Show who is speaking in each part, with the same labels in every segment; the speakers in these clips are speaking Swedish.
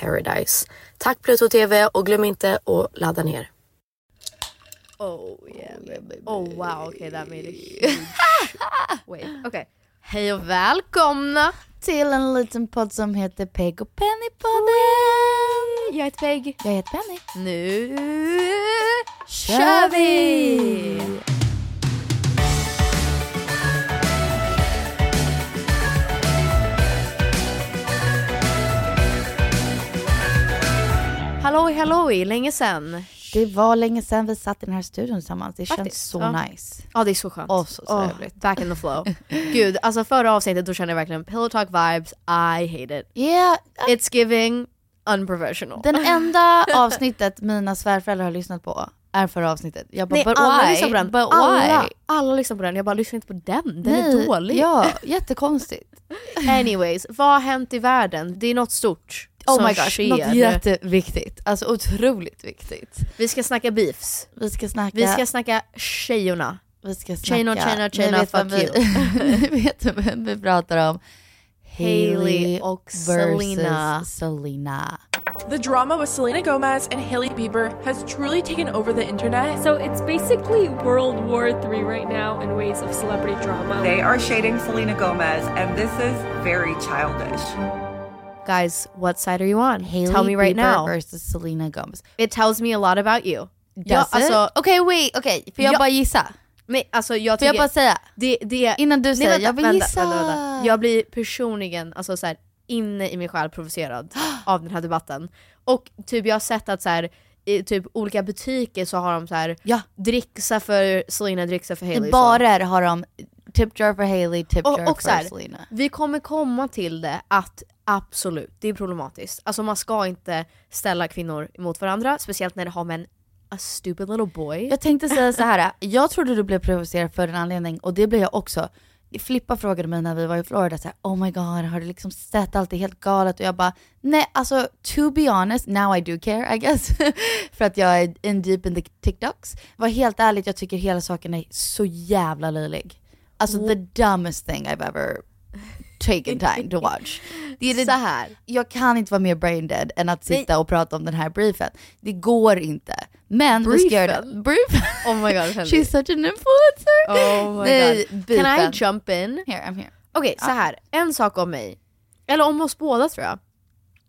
Speaker 1: paradise. Tack Pluto TV och glöm inte att ladda ner.
Speaker 2: Oh yeah baby. Oh wow, okej okay, that made a huge... Wait, okej. Hej och välkomna till en liten podd som heter Peg och Penny-podden. Jag heter Peg. Jag heter Penny. Nu kör vi! Halloj halloj, länge sen.
Speaker 3: Det var länge sedan vi satt i den här studion tillsammans. Det
Speaker 2: Faktiskt,
Speaker 3: känns så
Speaker 2: ja.
Speaker 3: nice.
Speaker 2: Ja det är så skönt.
Speaker 3: Åh, så
Speaker 2: Åh,
Speaker 3: trevligt.
Speaker 2: back in the flow. Gud, alltså förra avsnittet då kände jag verkligen pillow talk vibes, I hate it.
Speaker 3: Yeah, Eh,
Speaker 2: It's giving unprofessional.
Speaker 3: den enda avsnittet mina svärföräldrar har lyssnat på är förra avsnittet. Jag bara,
Speaker 2: Nej,
Speaker 3: but
Speaker 2: alla
Speaker 3: why?
Speaker 2: lyssnar på den.
Speaker 3: But
Speaker 2: alla,
Speaker 3: why?
Speaker 2: alla lyssnar på den. Jag bara, lyssna inte på den. Den är
Speaker 3: Nej,
Speaker 2: dålig.
Speaker 3: Ja, jättekonstigt.
Speaker 2: Anyways, vad har hänt i världen? Det är något stort
Speaker 3: Oh
Speaker 2: som
Speaker 3: my gosh,
Speaker 2: sker.
Speaker 3: något jätteviktigt. Alltså otroligt viktigt.
Speaker 2: Vi ska snacka beefs.
Speaker 3: Vi ska snacka...
Speaker 2: Vi ska snacka tjejorna.
Speaker 3: vi ska snacka.
Speaker 2: Tjejna, tjejna, tjejna,
Speaker 3: Ni vet vem
Speaker 2: fuck
Speaker 3: vi, Ni vet vem vi pratar om.
Speaker 2: Hailey
Speaker 3: Hailey
Speaker 2: och
Speaker 3: versus
Speaker 2: Selena.
Speaker 3: Selena.
Speaker 4: The drama with Selena Gomez and Hailey Bieber has truly taken over the internet.
Speaker 5: So it's basically World War III right now in ways of celebrity drama.
Speaker 6: They are shading Selena Gomez, and this is very childish.
Speaker 2: Guys, what side are you on?
Speaker 3: Hailey
Speaker 2: Tell me right
Speaker 3: Bieber
Speaker 2: now.
Speaker 3: versus Selena Gomez.
Speaker 2: It tells me a lot about you.
Speaker 3: Ja, alltså, okej, wait, okej. får jag
Speaker 2: Ja.
Speaker 3: bara gissa?
Speaker 2: nej, alltså jag
Speaker 3: Får jag
Speaker 2: tycker...
Speaker 3: bara säga?
Speaker 2: det, det,
Speaker 3: Innan du säger,
Speaker 2: vänta,
Speaker 3: jag vill
Speaker 2: vänta,
Speaker 3: gissa.
Speaker 2: Vänta, vänta. Jag blir personligen alltså, så här, inne i mig själv provocerad av den här debatten. Och typ jag har sett att så här, i typ olika butiker så har de så här
Speaker 3: Ja.
Speaker 2: dricksa för Selena, dricksa för Hailey.
Speaker 3: I barer har de
Speaker 7: tip jar för Hailey, tip
Speaker 2: Och,
Speaker 7: jar
Speaker 2: och
Speaker 7: för
Speaker 2: så här,
Speaker 7: Selena.
Speaker 2: vi kommer komma till det att absolut, det är problematiskt. Alltså man ska inte ställa kvinnor mot varandra, speciellt när det har med en a stupid little boy.
Speaker 7: Jag tänkte säga så här. jag trodde du blev provocerad för en anledning och det blev jag också. Flippa frågade mig när vi var i Florida, så här, oh my god, har du liksom sett allt, det är helt galet? Och jag bara, nej alltså to be honest, now I do care I guess. för att jag är in deep in the TikToks. Var helt ärligt, jag tycker hela saken är så jävla löjlig. Alltså the dumbest thing I've ever taken time to watch. Det är det,
Speaker 2: Så här.
Speaker 7: Jag kan inte vara mer brain dead än att sitta och prata om den här briefen. Det går inte. Men vi ska göra det. Briefen?
Speaker 2: Oh my god, Henry.
Speaker 7: She's such an influencer!
Speaker 2: Oh my
Speaker 7: Nej,
Speaker 2: god.
Speaker 7: beefen.
Speaker 2: Can I jump in?
Speaker 7: Here, I'm here.
Speaker 2: Okej, så här. En sak om mig. Eller om oss båda tror jag.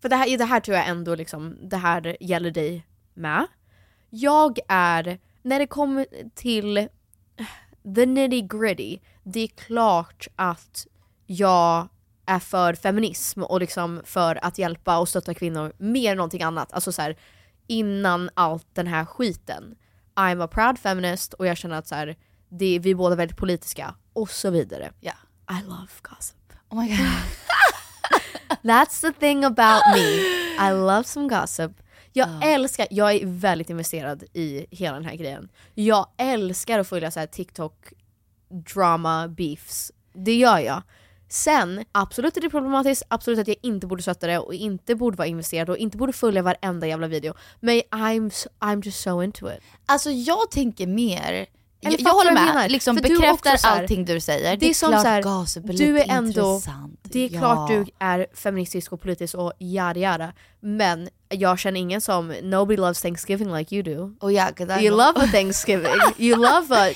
Speaker 2: För det här, det här tror jag ändå liksom, det här gäller dig med. Jag är, när det kommer till the nitty gritty, det är klart att jag är för feminism och liksom för att hjälpa och stötta kvinnor mer än någonting annat. Alltså så här, innan allt den här skiten. I'm a proud feminist och jag känner att så här, det, vi är båda väldigt politiska och så vidare.
Speaker 7: Yeah.
Speaker 2: I love gossip.
Speaker 7: Oh my god.
Speaker 2: That's the thing about me. I love some gossip. Jag älskar, jag är väldigt investerad i hela den här grejen. Jag älskar att följa så här TikTok drama beefs. Det gör jag. Sen, absolut är det problematiskt, absolut att jag inte borde stötta det och inte borde vara investerad och inte borde följa varenda jävla video. Men I'm, s- I'm just so into it.
Speaker 7: Alltså jag tänker mer, jag,
Speaker 2: Eller
Speaker 7: jag
Speaker 2: fattar
Speaker 7: håller
Speaker 2: vad jag
Speaker 7: med,
Speaker 2: menar.
Speaker 7: liksom
Speaker 2: För du är
Speaker 7: bekräftar
Speaker 2: också så här-
Speaker 7: allting du säger.
Speaker 2: Det är, som
Speaker 7: klart
Speaker 2: så här,
Speaker 7: gossip är
Speaker 2: du
Speaker 7: lite
Speaker 2: är ändå,
Speaker 7: intressant.
Speaker 2: Det är
Speaker 7: Ja.
Speaker 2: klart du är feministisk och politisk och yada yada. Men jag känner ingen som “nobody loves Thanksgiving like you do”.
Speaker 7: Oh yeah, 'cause I
Speaker 2: you
Speaker 7: know.
Speaker 2: love a Thanksgiving, you love a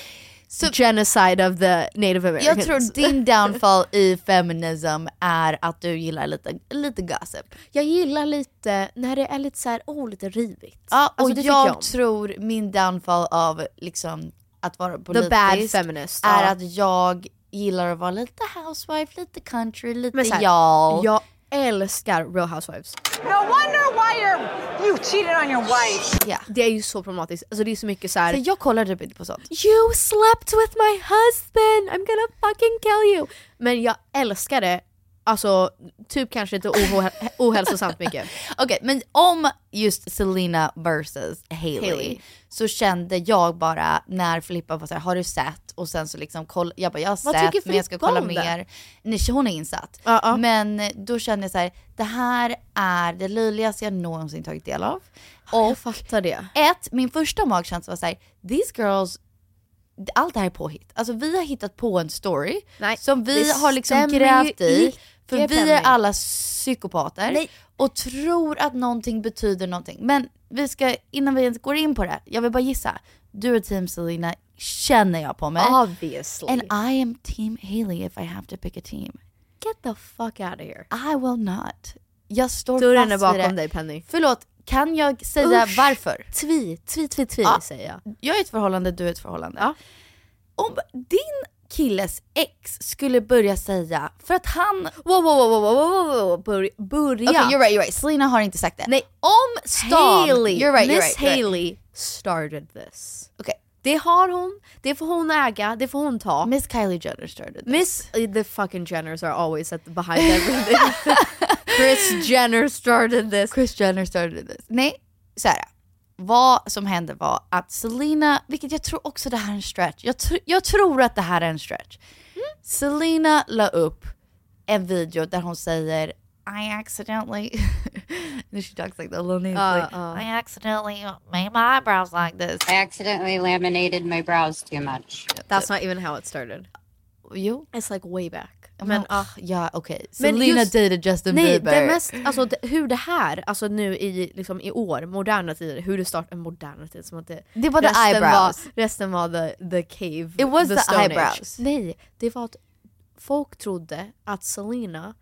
Speaker 2: genocide of the native
Speaker 7: Jag
Speaker 2: americans.
Speaker 7: tror din downfall i feminism är att du gillar lite, lite gossip.
Speaker 2: jag gillar lite när det är lite så här, oh, lite rivigt.
Speaker 7: Ja, och
Speaker 2: Alltså, det tycker
Speaker 7: jag,
Speaker 2: jag om.
Speaker 7: tror min downfall av liksom att vara
Speaker 2: The
Speaker 7: politisk
Speaker 2: bad feminist.
Speaker 7: är
Speaker 2: ja.
Speaker 7: att jag gillar att vara lite housewife, lite country, lite
Speaker 2: Men så här,
Speaker 7: y'all.
Speaker 2: Jag älskar Real Housewives.
Speaker 8: No wonder why you're, you cheated on your wife.
Speaker 7: Ja.
Speaker 2: Det är ju så problematiskt. Alltså det är så mycket så här.
Speaker 7: Så jag kollar typ inte på sånt.
Speaker 2: You slept with my husband, I'm gonna fucking kill you. Men jag älskar det, alltså typ kanske inte oho- ohälsosamt mycket.
Speaker 7: Okej, men om just Selena versus Hailey,
Speaker 2: Hailey.
Speaker 7: så kände jag bara när Filippa var så här, har du sett? Och sen så liksom koll, jag bara, jag har
Speaker 2: Vad
Speaker 7: sett
Speaker 2: tycker
Speaker 7: men jag ska
Speaker 2: Filippa
Speaker 7: kolla
Speaker 2: om det?
Speaker 7: mer. Nej, hon är insatt.
Speaker 2: Ja, ja.
Speaker 7: Men då kände jag så här, det här är det löjligaste jag någonsin tagit del av. Och
Speaker 2: Jag fattar det.
Speaker 7: ett, min första magkänsla var så här, these girls allt det här är påhitt. Alltså vi har hittat på en story
Speaker 2: Nej,
Speaker 7: som vi
Speaker 2: det
Speaker 7: har liksom
Speaker 2: stämmer
Speaker 7: grävt
Speaker 2: ju
Speaker 7: i.
Speaker 2: icke,
Speaker 7: För vi
Speaker 2: Penny.
Speaker 7: är alla psykopater
Speaker 2: Nej.
Speaker 7: och tror att någonting betyder någonting. Men vi ska, innan vi ens går in på det här, jag vill bara gissa. Du är team Selina, känner jag på mig.
Speaker 2: Obviously.
Speaker 7: And I am team Haley if I have to pick a team.
Speaker 2: get the fuck out of here.
Speaker 7: I will not. Jag står
Speaker 2: Dörren är
Speaker 7: fast vid
Speaker 2: bakom
Speaker 7: det.
Speaker 2: dig Penny.
Speaker 7: Förlåt, kan jag säga
Speaker 2: Usch.
Speaker 7: varför?
Speaker 2: Tvi, tvi, tvi, tvi
Speaker 7: Ja.
Speaker 2: säger jag.
Speaker 7: jag är i ett förhållande, du är i ett förhållande. Om din killes ex skulle börja säga, för att han...
Speaker 2: Wow, wow, wow, wow, wow, wow, wow, wow, bör- börja.
Speaker 7: Okej you're right, you're right. Selena har inte sagt det.
Speaker 2: Nej.
Speaker 7: Om stan...
Speaker 2: Hailey,
Speaker 7: You're right,
Speaker 2: Miss
Speaker 7: you're right. you're Right.
Speaker 2: Hailey started this.
Speaker 7: Okej.
Speaker 2: Det har hon, det får hon äga, det får hon ta.
Speaker 7: Miss Kylie Jenner started this.
Speaker 2: Miss the fucking Jenners are always at the behind everything. Chris Jenner started this.
Speaker 7: Chris Jenner started this. Nej, så här. Vad som hände var att Selena, vilket jag tror också det här är en stretch. Jag, tr- jag tror att det här är en stretch. Selena la upp en video där hon säger I accidentally, no, she talks like that, little niece, like, I accidentally made my eyebrows like this.
Speaker 9: accidentally laminated my brows too much.
Speaker 2: That's not even how it started.
Speaker 7: Jo,
Speaker 2: It's like way back.
Speaker 7: men
Speaker 2: Men, uh,
Speaker 7: ah, ja okej.
Speaker 2: Men
Speaker 7: Selena
Speaker 2: just-
Speaker 7: dejtade Justin
Speaker 2: nej,
Speaker 7: Bieber.
Speaker 2: det mest, alltså det, hur det här, alltså nu i, liksom, i år, moderna tider, hur det startade, moderna tider som att det,
Speaker 7: Det var the eyebrows.
Speaker 2: Var, resten var the, the cave.
Speaker 7: It was the
Speaker 2: Stone Age.
Speaker 7: eyebrows.
Speaker 2: Nej, det var att folk trodde att Selena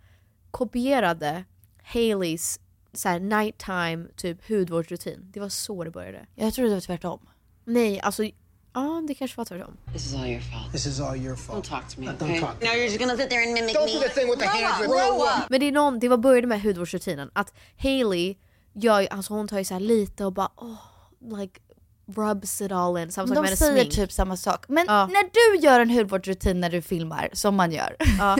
Speaker 2: kopierade Haileys så här, nighttime typ hudvårdsrutin. Det var så det började.
Speaker 7: Jag tror det var tvärtom.
Speaker 2: Nej, alltså, ja det kanske var tvärtom.
Speaker 9: This is all your fault.
Speaker 10: This is all your fault.
Speaker 9: Don't talk to me.
Speaker 10: Uh,
Speaker 9: okay? Now you're just gonna sit there and mimic
Speaker 10: Go
Speaker 9: me.
Speaker 10: through the thing with the hands. with-
Speaker 2: Men det, är någon, det var började med hudvårdsrutinen. Att Hailey, gör, ju- alltså hon tar ju så här lite och bara åh, like rubs it all in. Samma sak
Speaker 7: De
Speaker 2: med hennes
Speaker 7: säger
Speaker 2: smink.
Speaker 7: typ samma sak. Men när du gör en hudvårdsrutin när du filmar, som man gör.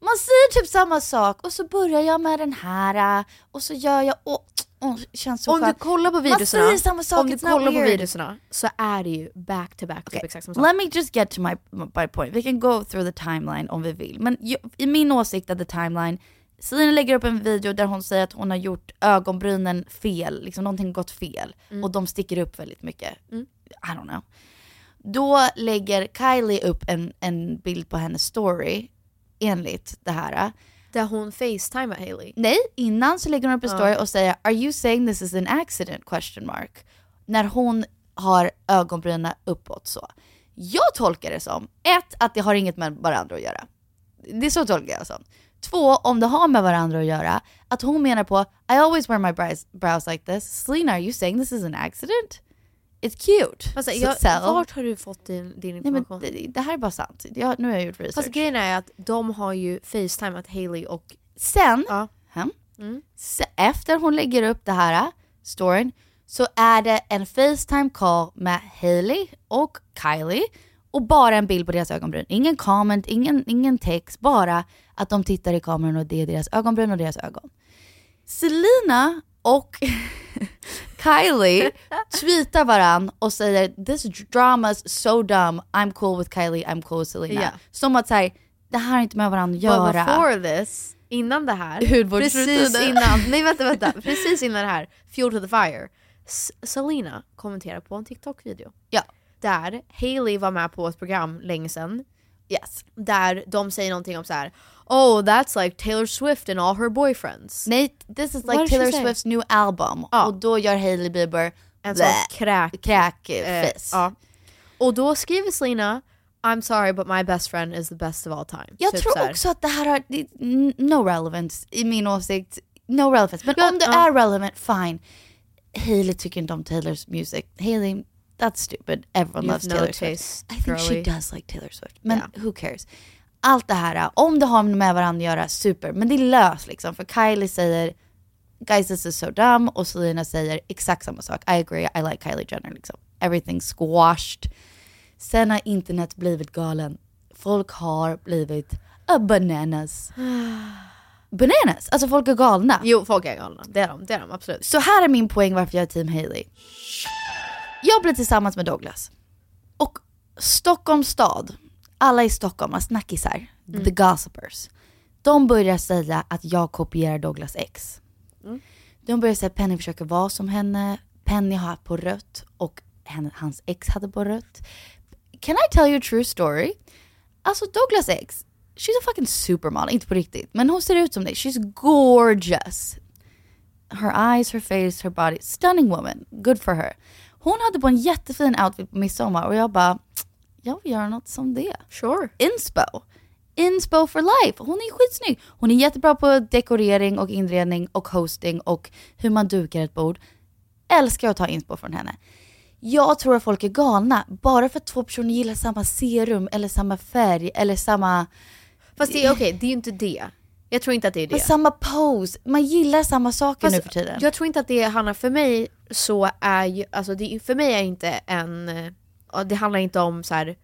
Speaker 7: Man säger typ samma sak och så börjar jag med den här äh, och så gör jag, åh, åh känns så
Speaker 2: om du
Speaker 7: skönt.
Speaker 2: kollar på
Speaker 7: Man säger
Speaker 2: videorna,
Speaker 7: samma sak,
Speaker 2: om du
Speaker 7: it's not
Speaker 2: kollar på
Speaker 7: weird.
Speaker 2: videorna så är det ju back to back typ exakt samma sak.
Speaker 7: Let me just get to my, my point. Vi kan go through the timeline om vi vill. Men ju, i min åsikt av the timeline, Selina lägger upp en video där hon säger att hon har gjort ögonbrynen fel, liksom någonting gått fel.
Speaker 2: Mm.
Speaker 7: Och de sticker upp väldigt mycket.
Speaker 2: Mm.
Speaker 7: I don't know. Då lägger Kylie upp en, en bild på hennes story, enligt det här.
Speaker 2: Där hon facetimar Hailey.
Speaker 7: Nej, innan så lägger hon upp en
Speaker 2: Ja.
Speaker 7: story och säger “Are you saying this is an accident?” question mark. När hon har ögonbrynen uppåt så. Jag tolkar det som, ett, att det har inget med varandra att göra. Det är så tolkar jag som. Två, om det har med varandra att göra, att hon menar på I always wear my brows, brows like this. Selena, are you saying this is an accident? It's cute.
Speaker 2: Fast
Speaker 7: So
Speaker 2: jag,
Speaker 7: sell."
Speaker 2: vart har du fått din, din
Speaker 7: Nej men
Speaker 2: information?
Speaker 7: det, det här är bara sant. Jag, nu har jag gjort research.
Speaker 2: Fast grejen är att de har ju facetimat Hailey och...
Speaker 7: Sen, hem, se- efter hon lägger upp det här storyn så är det en facetime call med Hailey och Kylie och bara en bild på deras ögonbryn. Ingen comment, ingen, ingen text, bara att de tittar i kameran och det är deras ögonbryn och deras ögon. Selina och Kylie tweetar varann och säger “This drama's so dumb, I'm cool with Kylie, I'm cool with Selena”.
Speaker 2: Ja.
Speaker 7: Som att så här, det här har inte med varandra att
Speaker 2: But
Speaker 7: göra.
Speaker 2: before this, innan det här,
Speaker 7: Hudvårdsrutiner.
Speaker 2: precis innan, nej vänta vänta, precis innan det här, Fuel to the Fire, S- Selena kommenterar på en TikTok-video.
Speaker 7: Ja.
Speaker 2: Där Hailey var med på ett program länge sedan.
Speaker 7: Yes.
Speaker 2: Där de säger någonting om så här. Oh that's like Taylor Swift and all her boyfriends.
Speaker 7: Nej, this
Speaker 2: What
Speaker 7: is like
Speaker 2: did she
Speaker 7: Taylor
Speaker 2: say? Ah.
Speaker 7: Swifts new album. Och då gör Hailey Bieber
Speaker 2: En sån
Speaker 7: blä,
Speaker 2: kräk...
Speaker 7: kräkfis.
Speaker 2: Eh, ja. Och då skriver Selena I'm sorry but my best friend is the best of all time.
Speaker 7: Jag
Speaker 2: Typ så
Speaker 7: tror
Speaker 2: här.
Speaker 7: också att det här har det- n- no relevance i min åsikt. No relevance. Men
Speaker 2: Ja,
Speaker 7: om det
Speaker 2: ja.
Speaker 7: är relevant, fine. Hailey tycker inte om Taylors music. Hailey, that's stupid. Everyone
Speaker 2: You've
Speaker 7: loves
Speaker 2: no
Speaker 7: Taylor
Speaker 2: taste,
Speaker 7: Swift. I think
Speaker 2: girly.
Speaker 7: she does like Taylor Swift. Men who cares? Allt det här, om det har med varandra att göra, super. Men det är löst liksom. För Kylie säger guys this is so dumb och Selena säger exakt samma sak. I agree, I like Kylie Jenner liksom. Everything squashed. Sen har internet blivit galen. Folk har blivit a bananas. Bananas! Alltså folk är galna.
Speaker 2: Jo, folk är galna. Det är de, det är de absolut.
Speaker 7: Så här är min poäng varför jag är team Hailey. Jag blev tillsammans med Douglas. Och Stockholms stad, alla i Stockholm, alltså snackisar,
Speaker 2: Mm.
Speaker 7: the gossipers. De börjar säga att jag kopierar Douglas ex.
Speaker 2: Mm.
Speaker 7: De börjar säga att Penny försöker vara som henne. Penny har på rött och hen- hans ex hade på rött. Can I tell you a true story? Alltså Douglas ex, she's a fucking supermodel, inte på riktigt. Men hon ser ut som det. She's gorgeous. Her eyes, her face, her body. Stunning woman. Good for her. Hon hade på en jättefin outfit på midsommar och jag bara, jag vill göra något som det.
Speaker 2: Sure.
Speaker 7: Inspo. Inspo for life. Hon är skitsnygg. Hon är jättebra på dekorering och inredning och hosting och hur man dukar ett bord. Älskar att ta inspo från henne. Jag tror att folk är galna bara för att två personer gillar samma serum eller samma färg eller samma...
Speaker 2: Fast det är okej, det är ju inte det. Jag tror inte att det är det.
Speaker 7: Men samma pose. Man gillar samma saker
Speaker 2: Fast
Speaker 7: nu för tiden.
Speaker 2: Jag tror inte att det handlar, för mig så är ju, alltså det, för mig är inte en, ja, det handlar inte om så här,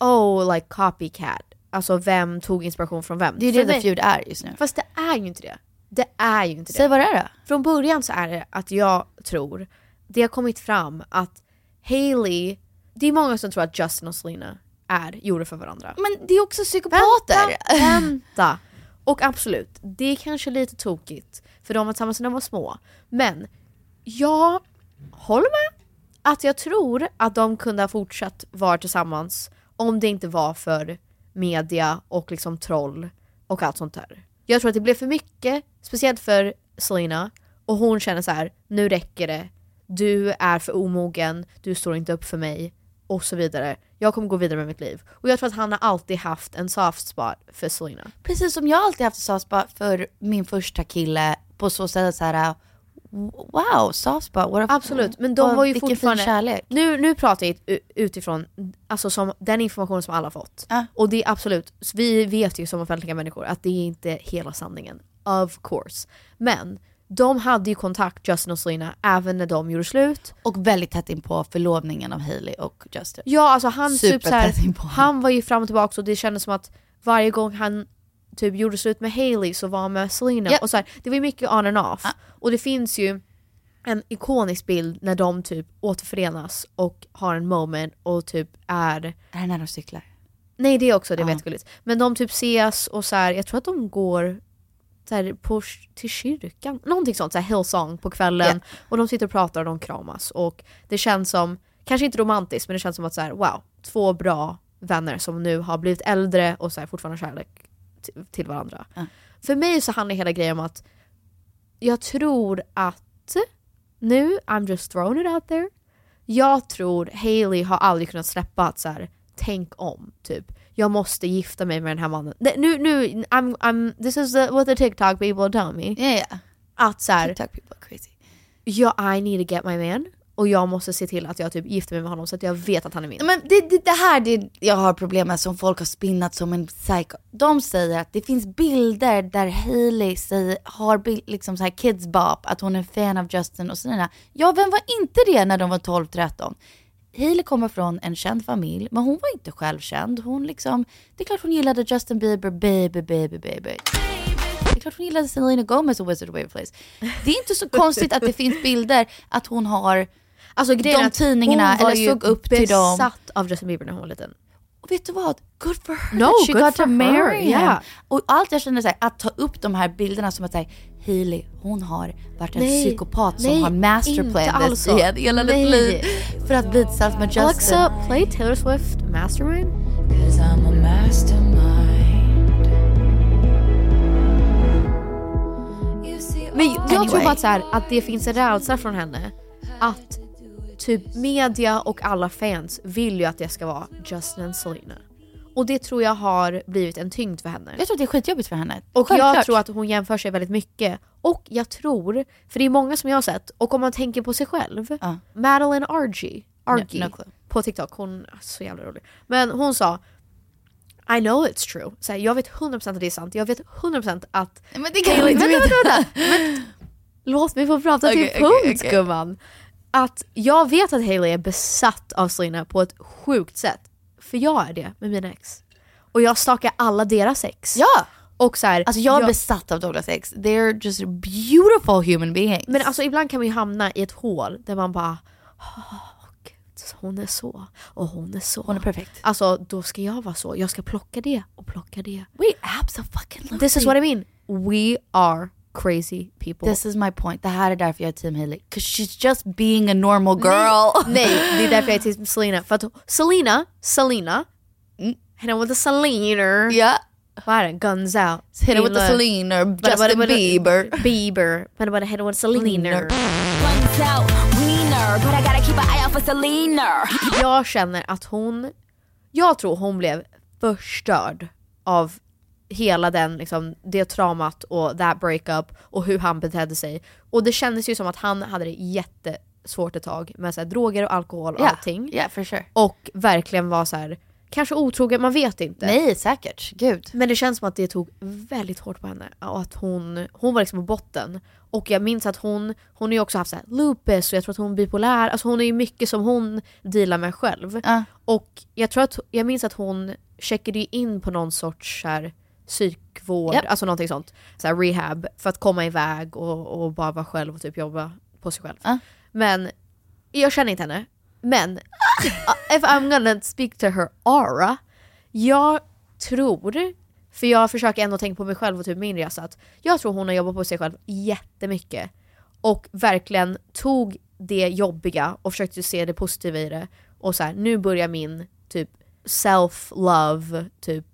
Speaker 2: oh like copycat. Alltså vem tog inspiration från vem?
Speaker 7: Det är ju
Speaker 2: För
Speaker 7: det The
Speaker 2: mig-
Speaker 7: Feud är just nu.
Speaker 2: Fast det är ju inte det. Det är ju inte det.
Speaker 7: Säg vad det är då.
Speaker 2: Från början så är det att jag tror, det har kommit fram att Hailey, det är många som tror att Justin och Selena är gjorda för varandra.
Speaker 7: Men det är också psykopater.
Speaker 2: Vänta! Och absolut, det är kanske lite tokigt för de var tillsammans när de var små. Men jag håller med att jag tror att de kunde ha fortsatt vara tillsammans om det inte var för media och liksom troll och allt sånt där. Jag tror att det blev för mycket, speciellt för Selena. Och hon känner så här: nu räcker det. Du är för omogen, du står inte upp för mig. Och så vidare. Jag kommer gå vidare med mitt liv. Och jag tror att han har alltid haft en soft spot för Selena.
Speaker 7: Precis som jag alltid haft soft spot för min första kille på så sätt att så här wow, soft spot. What a,
Speaker 2: Absolut, men de
Speaker 7: vad-
Speaker 2: var ju
Speaker 7: vilken
Speaker 2: fortfarande...
Speaker 7: Fin kärlek.
Speaker 2: Nu, nu pratar jag ut- utifrån alltså, som den information som alla har fått. Och det är absolut, så vi vet ju som offentliga människor att det är inte hela sanningen. Of course. Men de hade ju kontakt Justin och Selena även när de gjorde slut.
Speaker 7: Och väldigt tätt inpå förlovningen av Hailey och Justin.
Speaker 2: Ja alltså han, typ så här,
Speaker 7: Supertätt inpå.
Speaker 2: han var ju fram och tillbaka och det kändes som att varje gång han typ gjorde slut med Hailey så var han med Selena.
Speaker 7: Japp.
Speaker 2: Och så här, det var ju mycket on and off. Och det finns ju en ikonisk bild när de typ återförenas och har en moment och typ är...
Speaker 7: Är det när de cyklar?
Speaker 2: Nej det är också, det var jättegulligt. Men de typ ses och så här, jag tror att de går så här, på, till kyrkan, någonting sånt, så här Hillsong på kvällen.
Speaker 7: Ja.
Speaker 2: Och de sitter och pratar och de kramas. Och det känns som, kanske inte romantiskt men det känns som att så här, wow, två bra vänner som nu har blivit äldre och så här, fortfarande har kärlek t- till varandra. För mig så handlar hela grejen om att jag tror att nu, I'm just throwing it out there. Jag tror Hailey har aldrig kunnat släppa att så här, tänk om, typ. Jag måste gifta mig med den här mannen. Nej, Nu, nu, I'm, I'm, this is the, what the TikTok people tell me.
Speaker 7: Yeah, yeah.
Speaker 2: Att så här,
Speaker 7: TikTok people are crazy.
Speaker 2: jag, I need to get my man. Och jag måste se till att jag typ gifter mig med honom så att jag vet att han är min.
Speaker 7: Men det, det, det här det jag har problem med som folk har spinnat som en psycho. De säger att det finns bilder där Hailey säger, har bild, liksom så här kids bop, att hon är en fan av Justin och Selena. Ja, vem var inte det när de var 12-13? Hailey kommer från en känd familj, men hon var inte självkänd. Hon liksom, det är klart hon gillade Justin Bieber, baby, baby, baby. Det är klart hon gillade Selena Gomez och Wizard of Waverly Place. Det är inte så konstigt att det finns bilder att hon har
Speaker 2: Alltså grejen är
Speaker 7: de
Speaker 2: att
Speaker 7: tidningarna
Speaker 2: hon var
Speaker 7: eller
Speaker 2: ju
Speaker 7: såg upp till dem.
Speaker 2: besatt av Justin Bieber när hon var liten.
Speaker 7: Och vet du vad? Good for her
Speaker 2: No,
Speaker 7: that she
Speaker 2: good
Speaker 7: got
Speaker 2: for
Speaker 7: to
Speaker 2: her,
Speaker 7: marry him.
Speaker 2: yeah.
Speaker 7: Och allt jag känner så här, att ta upp de här bilderna som att säga Hailey, hon har varit en
Speaker 2: Nej,
Speaker 7: psykopat som
Speaker 2: nej,
Speaker 7: har
Speaker 2: inte
Speaker 7: masterplaned
Speaker 2: alls
Speaker 7: this
Speaker 2: så.
Speaker 7: i ett- hela
Speaker 2: Nej.
Speaker 7: ditt liv. För att bli tillsammans med Justin.
Speaker 2: Alexa, play Taylor Swift Mastermind. Men jag tror bara att, så här, att det finns en rädsla från henne att typ media och alla fans vill ju att jag ska vara Justin and Selena. Och det tror jag har blivit en tyngd för henne.
Speaker 7: Jag tror att det är skitjobbigt för henne.
Speaker 2: Och jag
Speaker 7: Självklart.
Speaker 2: tror att hon jämför sig väldigt mycket. Och jag tror, för det är många som jag har sett, och om man tänker på sig själv,
Speaker 7: Ja.
Speaker 2: Madeline Argy, Argy
Speaker 7: No- no clue.
Speaker 2: på TikTok, hon är så jävla rolig. Men hon sa I know it's true. Så här, jag vet 100% att det är sant. Jag vet 100% att
Speaker 7: Nej, Men det kan jag inte
Speaker 2: Vänta,
Speaker 7: veta.
Speaker 2: vänta, vänta! Men, låt mig få prata till
Speaker 7: Okej,
Speaker 2: punkt
Speaker 7: okej, okej.
Speaker 2: gumman. Att jag vet att Hailey är besatt av Selena på ett sjukt sätt. För jag är det med mina ex. Och jag stakar alla deras ex.
Speaker 7: Ja!
Speaker 2: Och så här,
Speaker 7: Alltså jag är besatt av Douglas X. They're just beautiful human beings.
Speaker 2: Men alltså ibland kan man ju hamna i ett hål där man bara "Åh, Gud, hon är så och hon är så.
Speaker 7: hon är perfekt.
Speaker 2: Alltså då ska jag vara så. Jag ska plocka det och plocka det.
Speaker 7: We absolutely
Speaker 2: This is what I mean. We are crazy people.
Speaker 7: This is my point. Det här är därför jag är team Hailey. 'Cause she's just being a normal girl.
Speaker 2: Nej, det är därför jag är till Selena. För att Selena, Selena,
Speaker 7: Mm.
Speaker 2: hit him with the Selena.
Speaker 7: Ja.
Speaker 2: Vad är det? Guns out.
Speaker 7: Hit her with the
Speaker 2: Illa.
Speaker 7: Selena,
Speaker 2: Bara- bara- bara-
Speaker 7: Justin Bieber.
Speaker 2: Bieber. Bara bara hit him with Selena. Jag känner att hon, jag tror hon blev förstörd av hela den, liksom, det traumat och that breakup och hur han betedde sig. Och det kändes ju som att han hade det jättesvårt ett tag med så här, droger och alkohol och
Speaker 7: Ja,
Speaker 2: allting.
Speaker 7: Ja, for sure.
Speaker 2: Och verkligen var så här, kanske otrogen, man vet inte.
Speaker 7: Nej, säkert. Gud.
Speaker 2: Men det känns som att det tog väldigt hårt på henne. Och att hon, hon var liksom på botten. Och jag minns att hon, hon har ju också haft så här lupus och jag tror att hon är bipolär. Alltså hon är ju mycket som hon dealar med själv.
Speaker 7: Ja.
Speaker 2: Och jag tror att, jag minns att hon checkade ju in på någon sorts så här, psykvård,
Speaker 7: Japp.
Speaker 2: alltså någonting sånt. Så här rehab, för att komma iväg och, och bara vara själv och typ jobba på sig själv.
Speaker 7: Ja.
Speaker 2: Men jag känner inte henne. Men Uh, if I'm gonna speak to her aura, jag tror, för jag försöker ändå tänka på mig själv och typ min resa, att jag tror hon har jobbat på sig själv jättemycket. Och verkligen tog det jobbiga och försökte se det positiva i det. Och så här, nu börjar min typ self-love, typ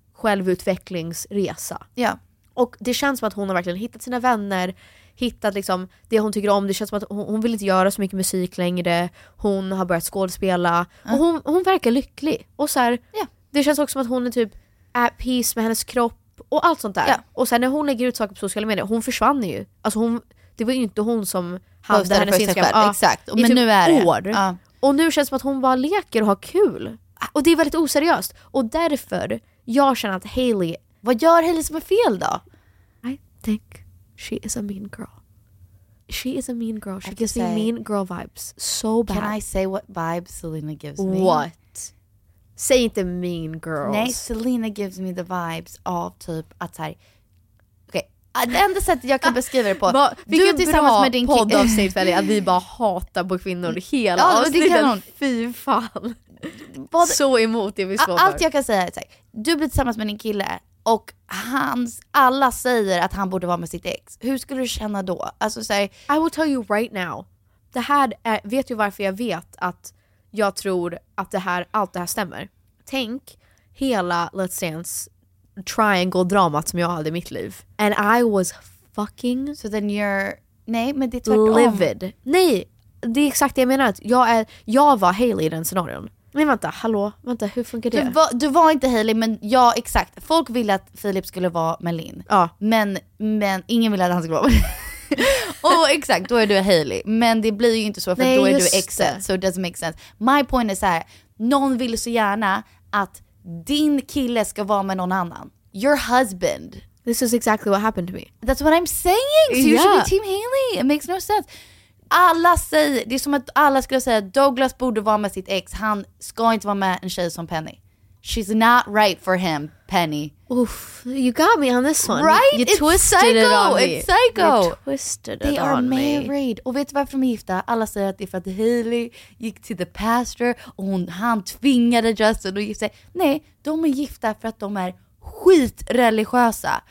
Speaker 2: självutvecklingsresa.
Speaker 7: Ja.
Speaker 2: Och det känns som att hon har verkligen hittat sina vänner, hittat liksom det hon tycker om. Det känns som att hon, hon vill inte göra så mycket musik längre. Hon har börjat skådespela. Och hon, hon verkar lycklig. Och så här,
Speaker 7: Ja.
Speaker 2: Det känns också som att hon är typ at peace med hennes kropp och allt sånt där.
Speaker 7: Ja.
Speaker 2: Och sen när hon lägger ut saker på sociala medier, hon försvann ju. Alltså hon, det var ju inte hon som hade
Speaker 7: Postade
Speaker 2: hennes
Speaker 7: för sig
Speaker 2: Instagram.
Speaker 7: själv.
Speaker 2: Ja,
Speaker 7: Exakt. Och
Speaker 2: i
Speaker 7: men
Speaker 2: typ
Speaker 7: nu är det.
Speaker 2: år.
Speaker 7: Ja.
Speaker 2: Och nu känns det som att hon bara leker och har kul. Och det är väldigt oseriöst. Och därför, jag känner att Hailey
Speaker 7: Vad gör Hailey som är fel då?
Speaker 2: I think she is a mean girl. She is a mean girl. She
Speaker 7: I
Speaker 2: gives me
Speaker 7: could say-
Speaker 2: mean girl vibes so bad.
Speaker 7: Can I say what vibe Selena gives me?
Speaker 2: What? Säg inte mean girls.
Speaker 7: Nej, Selena gives me the vibes av typ att såhär, okej, ah, det enda sättet jag kan beskriva det på.
Speaker 2: Va,
Speaker 7: du tillsammans med din ki-
Speaker 2: poddavsnitt Feli, att vi bara hatar på kvinnor hela
Speaker 7: Ja, men det
Speaker 2: avsnittet.
Speaker 7: kan hon.
Speaker 2: Fy fan.
Speaker 7: Vad-
Speaker 2: Så emot det vi
Speaker 7: Ah,
Speaker 2: står
Speaker 7: Allt
Speaker 2: för.
Speaker 7: jag kan säga är såhär, du blir tillsammans med din kille och hans, alla säger att han borde vara med sitt ex. Hur skulle du känna då? Alltså såhär,
Speaker 2: I will tell you right now. Det här är, vet du varför jag vet att jag tror att det här, allt det här stämmer? Tänk hela Let's Dance triangle-dramat som jag hade i mitt liv. And I was fucking
Speaker 7: so then you're, nej men det är tvärtom.
Speaker 2: livid. Nej, det är exakt det jag menar. Att jag, är, jag var Hailey i den scenarion. Men vänta, hallå, vänta hur funkar det?
Speaker 7: Du var, du var inte Hailey men ja exakt, folk ville att Filip skulle vara med Linn. Men, men ingen ville att han skulle vara med Och exakt, då är du Hailey. Men det blir ju inte så för
Speaker 2: Nej,
Speaker 7: då är
Speaker 2: just
Speaker 7: du exet. So it doesn't make sense. My point är så här. någon vill så gärna att din kille ska vara med någon annan. Your husband.
Speaker 2: This is exactly what happened to me.
Speaker 7: That's what I'm saying! So you should
Speaker 2: Yeah.
Speaker 7: be team Hailey. It makes no sense. Alla säger, det är som att alla skulle säga att Douglas borde vara med sitt ex. Han ska inte vara med en tjej som Penny. She's not right for him, Penny.
Speaker 2: Oof, you got me on this one.
Speaker 7: Right?
Speaker 2: You
Speaker 7: It's
Speaker 2: twisted
Speaker 7: psycho.
Speaker 2: it on me.
Speaker 7: It's psycho.
Speaker 2: You twisted it
Speaker 7: They are
Speaker 2: on me.
Speaker 7: married. Och vet du varför de är gifta? Alla säger att det är för att Hailey gick till the pastor och hon, han tvingade Justin att gifta sig. Nej, de är gifta för att de är skitreligiösa.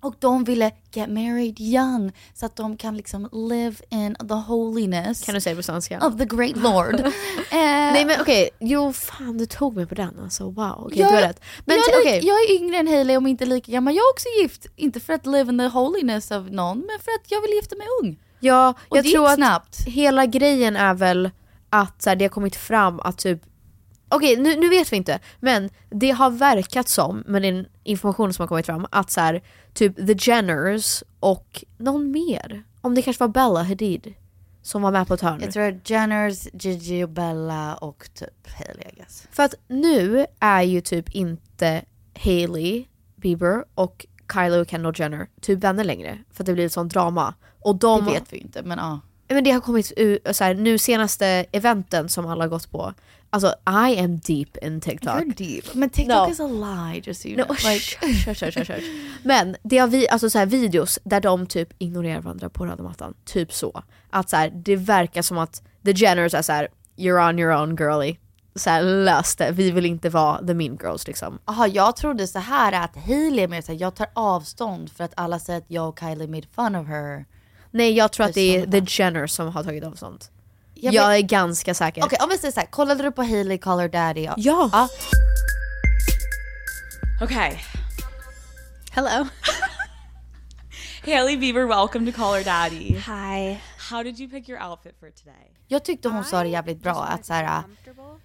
Speaker 7: Och de ville get married young så att de kan liksom live in the holiness
Speaker 2: Kan du säga det på svenska?
Speaker 7: of the great lord. Eh,
Speaker 2: Nej men okej, jo fan du tog mig på den alltså. Wow, okej
Speaker 7: Jag-
Speaker 2: du har rätt. Men
Speaker 7: jag,
Speaker 2: t-
Speaker 7: är
Speaker 2: okej,
Speaker 7: lik, jag är yngre än Hailey om inte lika gammal. Jag är också gift, inte för att live in the holiness av någon, men för att jag vill gifta mig ung.
Speaker 2: ja,
Speaker 7: Och
Speaker 2: jag
Speaker 7: det gick
Speaker 2: tror att
Speaker 7: snabbt.
Speaker 2: hela grejen är väl att så här, det har kommit fram att typ Okej, nu, nu vet vi inte, men det har verkat som, med den information som har kommit fram, att så här, typ the Jenners och någon mer. Om det kanske var Bella Hadid som var med på ett hörn.
Speaker 7: Jag tror Jenners, Gigi och Bella och typ Hailey I guess.
Speaker 2: För att nu är ju typ inte Hailey Bieber och Kylie och Kendall Jenner typ vänner längre. För att det blir ett sånt drama. Och de,
Speaker 7: det vet vi ju inte men ja.
Speaker 2: Men det har kommit ut, så här, nu senaste eventen som alla har gått på. Alltså I am deep in TikTok.
Speaker 7: You're deep. Men TikTok
Speaker 2: No.
Speaker 7: is a lie just so you
Speaker 2: No,
Speaker 7: know.
Speaker 2: kör, kör, kör, kör, kör. Men det har vi, alltså så här, videos där de typ ignorerar varandra på röda mattan. Typ så. Att så här, det verkar som att the Jenners är så här: you're on your own girly. Så här, lös det, vi vill inte vara the mean girls liksom.
Speaker 7: Jaha jag trodde så här att Hailey är mer såhär, jag tar avstånd för att alla säger att jag och Kylie made fun of her.
Speaker 2: Nej jag tror att det är
Speaker 7: Sådana.
Speaker 2: the Jenner som har tagit av sånt.
Speaker 7: Ja,
Speaker 2: jag
Speaker 7: men-
Speaker 2: är ganska säker.
Speaker 7: Okej om vi säger såhär, kollade du på Hailey Call Her Daddy? Ja.
Speaker 2: Ja.
Speaker 5: Okay. Hello. Haley Bieber, welcome to Call Her Daddy. Hi. How did you pick your outfit for today?
Speaker 7: Jag tyckte hon sa det jävligt bra att såhär,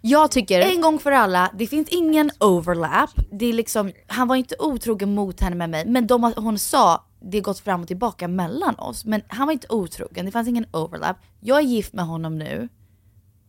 Speaker 2: Jag tycker...
Speaker 7: en gång för alla, det finns ingen overlap. Det är liksom, han var inte otrogen mot henne med mig, men de, har- hon sa det har gått fram och tillbaka mellan oss. Men han var inte otrogen, det fanns ingen overlap. Jag är gift med honom nu.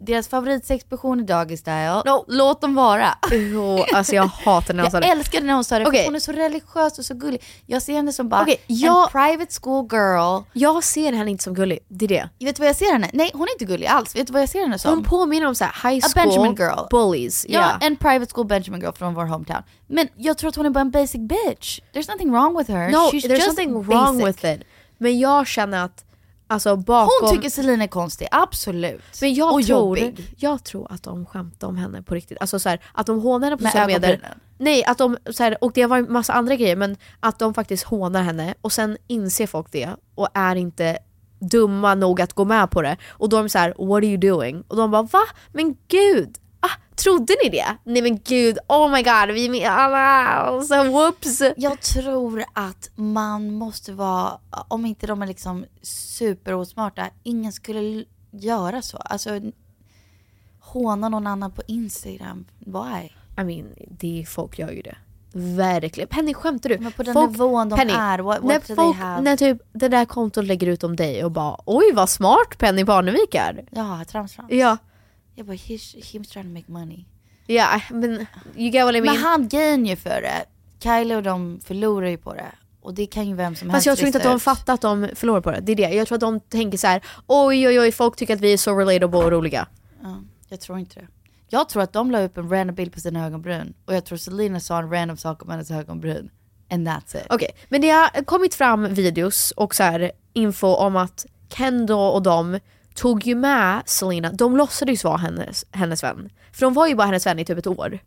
Speaker 7: Deras favoritsexposition är Doggy Style. No, låt dem vara.
Speaker 2: Jo, alltså jag hatar när de sa
Speaker 7: Jag
Speaker 2: det.
Speaker 7: älskade när hon sa det, för
Speaker 2: Okej.
Speaker 7: hon är så religiös och så gullig. Jag ser henne som bara
Speaker 2: Okej, jag-
Speaker 7: en private school girl.
Speaker 2: Jag ser henne inte som gullig, det är det.
Speaker 7: Vet du vad jag ser henne? Nej, hon är inte gullig alls. Vet du vad jag ser henne som?
Speaker 2: Hon påminner om så här high
Speaker 7: A
Speaker 2: school
Speaker 7: Benjamin girl.
Speaker 2: bullies.
Speaker 7: Ja,
Speaker 2: Ja.
Speaker 7: en private school Benjamin girl från vår hometown. Men jag tror att hon är bara en basic bitch. There's nothing wrong with her.
Speaker 2: No,
Speaker 7: She's
Speaker 2: there's
Speaker 7: just
Speaker 2: something wrong
Speaker 7: basic.
Speaker 2: with it. Men jag känner att alltså bakom...
Speaker 7: Hon tycker Selina är konstig, absolut.
Speaker 2: men jag
Speaker 7: och
Speaker 2: tror,
Speaker 7: jobbig.
Speaker 2: jag tror att de skämtar om henne på riktigt. Alltså så här, att de hånar henne på
Speaker 7: Med
Speaker 2: sociala medier.
Speaker 7: ögonbrynen.
Speaker 2: Nej, att de, så här, och det har varit massa andra grejer, men att de faktiskt hånar henne och sen inser folk det och är inte dumma nog att gå med på det. Och då är de så här: what are you doing? Och de bara va? Men gud! Ah, trodde ni det? Nej men gud, oh my god, vi är med alla! Så, whoops!
Speaker 7: Jag tror att man måste vara, om inte de är liksom superosmarta, ingen skulle l- göra så. Alltså, håna någon annan på Instagram, why?
Speaker 2: I mean, det, folk gör ju det. Verkligen. Penny skämtar du?
Speaker 7: Men på den
Speaker 2: folk,
Speaker 7: nivån de är, what- what do
Speaker 2: när,
Speaker 7: they
Speaker 2: folk,
Speaker 7: have?
Speaker 2: när typ det där konton lägger ut om dig och bara oj vad smart Penny Parnevik är.
Speaker 7: Ja, trams, trams.
Speaker 2: Ja.
Speaker 7: Jag bara, he's, he's trying to make money.
Speaker 2: Ja, men you get what I mean.
Speaker 7: Men han gain ju för det. Kylie och de förlorar ju på det. Och det kan ju vem som helst
Speaker 2: Fast jag tror inte att
Speaker 7: lista
Speaker 2: de
Speaker 7: ut.
Speaker 2: fattar att de förlorar på det. Det är det. Jag tror att de tänker så här: oj oj oj, folk tycker att vi är så relatable och roliga.
Speaker 7: Ja, jag tror inte det. Jag tror att de la upp en random bild på sina ögonbryn och jag tror Selena sa en random sak om hennes ögonbryn. And that's it.
Speaker 2: Okej, men det har kommit fram videos och så här info om att Kendo och de tog ju med Selena, de låtsades vara hennes, hennes vän. För de var ju bara hennes vän i typ ett år.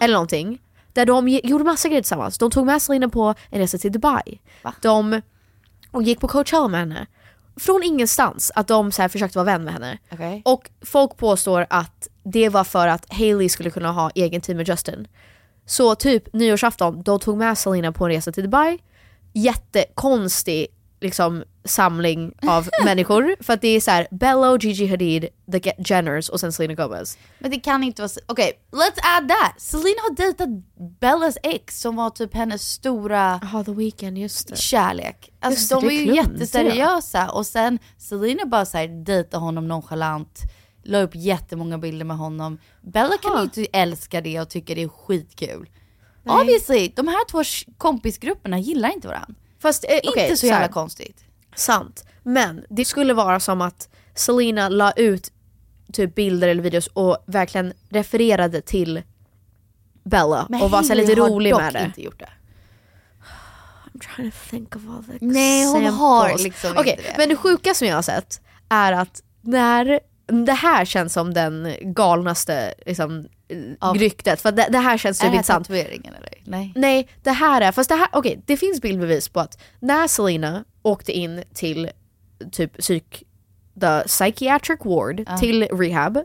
Speaker 2: Eller någonting. Där de ge- gjorde massa grejer tillsammans. De tog med Selena på en resa till Dubai. De och gick på Coachella med henne. Från ingenstans att de så här försökte vara vän med henne.
Speaker 7: Okej.
Speaker 2: Och folk påstår att det var för att Hailey skulle kunna ha egen tid med Justin. Så typ nyårsafton, de tog med Selena på en resa till Dubai. Jättekonstig liksom, samling av människor. För att det är så här, Bello, Gigi Hadid, The Ge- Jenners och sen Selena Gomez.
Speaker 7: Men det kan inte vara... s- Okej, let's add that! Selena har dejtat Bellas ex som var typ hennes stora
Speaker 2: Aha, The Weeknd, just det.
Speaker 7: kärlek. Alltså
Speaker 2: Just det,
Speaker 7: de var
Speaker 2: det
Speaker 7: ju
Speaker 2: glömde jag.
Speaker 7: jätteseriösa och sen Selena bara såhär dejtade honom nonchalant, la upp jättemånga bilder med honom. Bella kan ju inte älska det och tycka det är skitkul. Obviously, de här två sh- kompisgrupperna gillar inte varandra.
Speaker 2: Fast, eh, okej,
Speaker 7: inte så jävla
Speaker 2: här.
Speaker 7: konstigt.
Speaker 2: Sant. Men det skulle vara som att Selena la ut typ bilder eller videos och verkligen refererade till Bella och var så här lite
Speaker 7: Hailey har
Speaker 2: rolig
Speaker 7: dock
Speaker 2: med det.
Speaker 7: inte gjort det.
Speaker 2: I'm trying to think of all the
Speaker 7: Nej, Eh, hon
Speaker 2: examples.
Speaker 7: har liksom
Speaker 2: Okej,
Speaker 7: inte det.
Speaker 2: men det sjuka som jag har sett är att när det här känns som den galnaste liksom,
Speaker 7: Ja.
Speaker 2: ryktet, för det, det här känns
Speaker 7: Är
Speaker 2: typ
Speaker 7: det här
Speaker 2: inte sant.
Speaker 7: tatueringen eller? Nej.
Speaker 2: Nej, det här är, fast det här, okej, det finns bildbevis på att när Selena åkte in till typ psyk, the psychiatric ward,
Speaker 7: Ja.
Speaker 2: till rehab,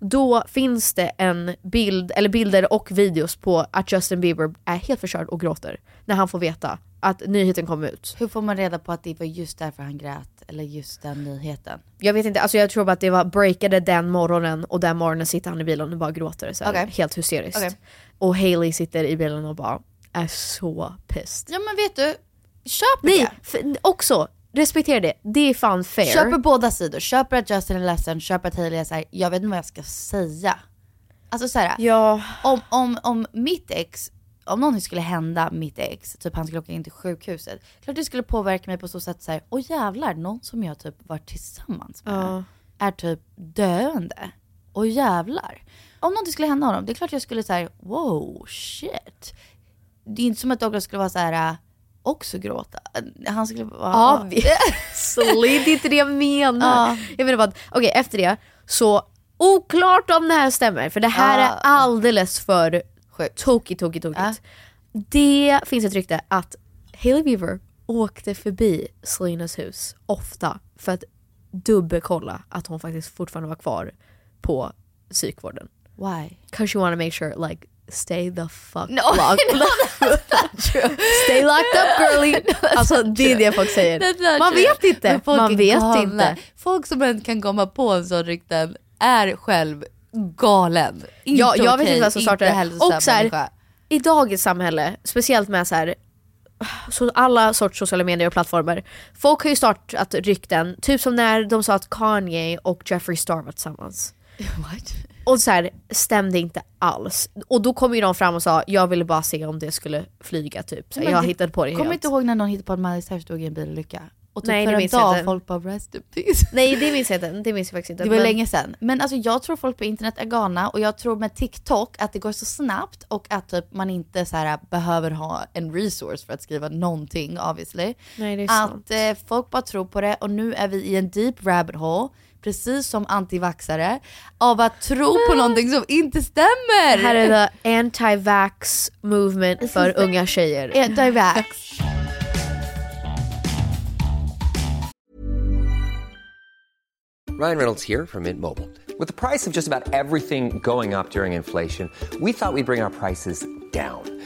Speaker 2: då finns det en bild, eller bilder och videos på att Justin Bieber är helt förstörd och gråter när han får veta att nyheten kom ut.
Speaker 7: Hur får man reda på att det var just därför han grät eller just den nyheten?
Speaker 2: Jag vet inte, alltså jag tror bara att det var breakade den morgonen och den morgonen sitter han i bilen och bara gråter så här,
Speaker 7: Okej.
Speaker 2: helt hysteriskt.
Speaker 7: Okej.
Speaker 2: Och Hailey sitter i bilen och bara är så pissed.
Speaker 7: Ja men vet du, köp
Speaker 2: Nej,
Speaker 7: det.
Speaker 2: för, också respektera det. Det är fan fair.
Speaker 7: Köper båda sidor. Köper att Justin är ledsen, köper att Hailey är såhär, jag vet inte vad jag ska säga. Alltså såhär,
Speaker 2: Ja.
Speaker 7: om, om, om mitt ex, om någonting skulle hända mitt ex, typ han skulle åka in till sjukhuset. Klart det skulle påverka mig på så sätt såhär, åh jävlar, någon som jag typ varit tillsammans med
Speaker 2: Ja.
Speaker 7: är typ döende. Åh jävlar. Om någonting skulle hända honom, det är klart jag skulle såhär, wow shit. Det är inte som att Douglas skulle vara såhär, äh, också gråta. Han skulle vara...
Speaker 2: Ja, vi- Solid, det är inte det jag menar.
Speaker 7: Ja.
Speaker 2: Jag menar bara att, okej efter det så oklart om det här stämmer för det här
Speaker 7: Ja.
Speaker 2: är alldeles för tokigt, tokigt, tokigt. Det finns ett rykte att Hailey Bieber åkte förbi Selenas hus ofta för att dubbelkolla att hon faktiskt fortfarande var kvar på psykvården.
Speaker 7: Why?
Speaker 2: Cause she wanna make sure like stay the fuck
Speaker 7: No,
Speaker 2: locked
Speaker 7: no,
Speaker 2: Stay locked up girly. alltså det är det folk säger. Man vet inte.
Speaker 7: Men folk
Speaker 2: Man
Speaker 7: är
Speaker 2: vet
Speaker 7: galna.
Speaker 2: inte.
Speaker 7: Folk som ens kan komma på en sån rykten är själv galen. Inte
Speaker 2: Ja, jag vet
Speaker 7: okej,
Speaker 2: inte vad som startade
Speaker 7: inte
Speaker 2: det.
Speaker 7: hälsosam
Speaker 2: Och så här,
Speaker 7: människa.
Speaker 2: i dagens samhälle, speciellt med så här, så alla sorts sociala medier och plattformar. Folk har ju startat rykten, typ som när de sa att Kanye och Jeffrey Star var tillsammans.
Speaker 7: What?
Speaker 2: Och så här, stämde inte alls. Och då kom ju de fram och sa jag ville bara se om det skulle flyga typ. Så här,
Speaker 7: Men
Speaker 2: jag
Speaker 7: det-
Speaker 2: hittade på det helt.
Speaker 7: Kommer inte ihåg när någon hittade på att Miley Cyrus dog i en bilolycka? Och typ
Speaker 2: Nej,
Speaker 7: för
Speaker 2: det
Speaker 7: en
Speaker 2: minns jag
Speaker 7: dag
Speaker 2: inte.
Speaker 7: folk bara rest in peace.
Speaker 2: Nej det minns jag inte, det minns jag faktiskt inte.
Speaker 7: Det var
Speaker 2: Men-
Speaker 7: länge sedan. Men alltså jag tror folk på internet är galna och jag tror med TikTok att det går så snabbt och att typ man inte så här, behöver ha en resource för att skriva någonting obviously.
Speaker 2: Nej, det är sant.
Speaker 7: att eh, folk bara tror på det och nu är vi i en deep rabbit hole, precis som antivaxare, av att tro på någonting som inte stämmer.
Speaker 2: Mm. Här är the anti-vax movement för unga tjejer.
Speaker 7: Antivax.
Speaker 11: Ryan Reynolds here from Mint Mobile. With the price of just about everything going up during inflation, we thought we'd bring our prices down.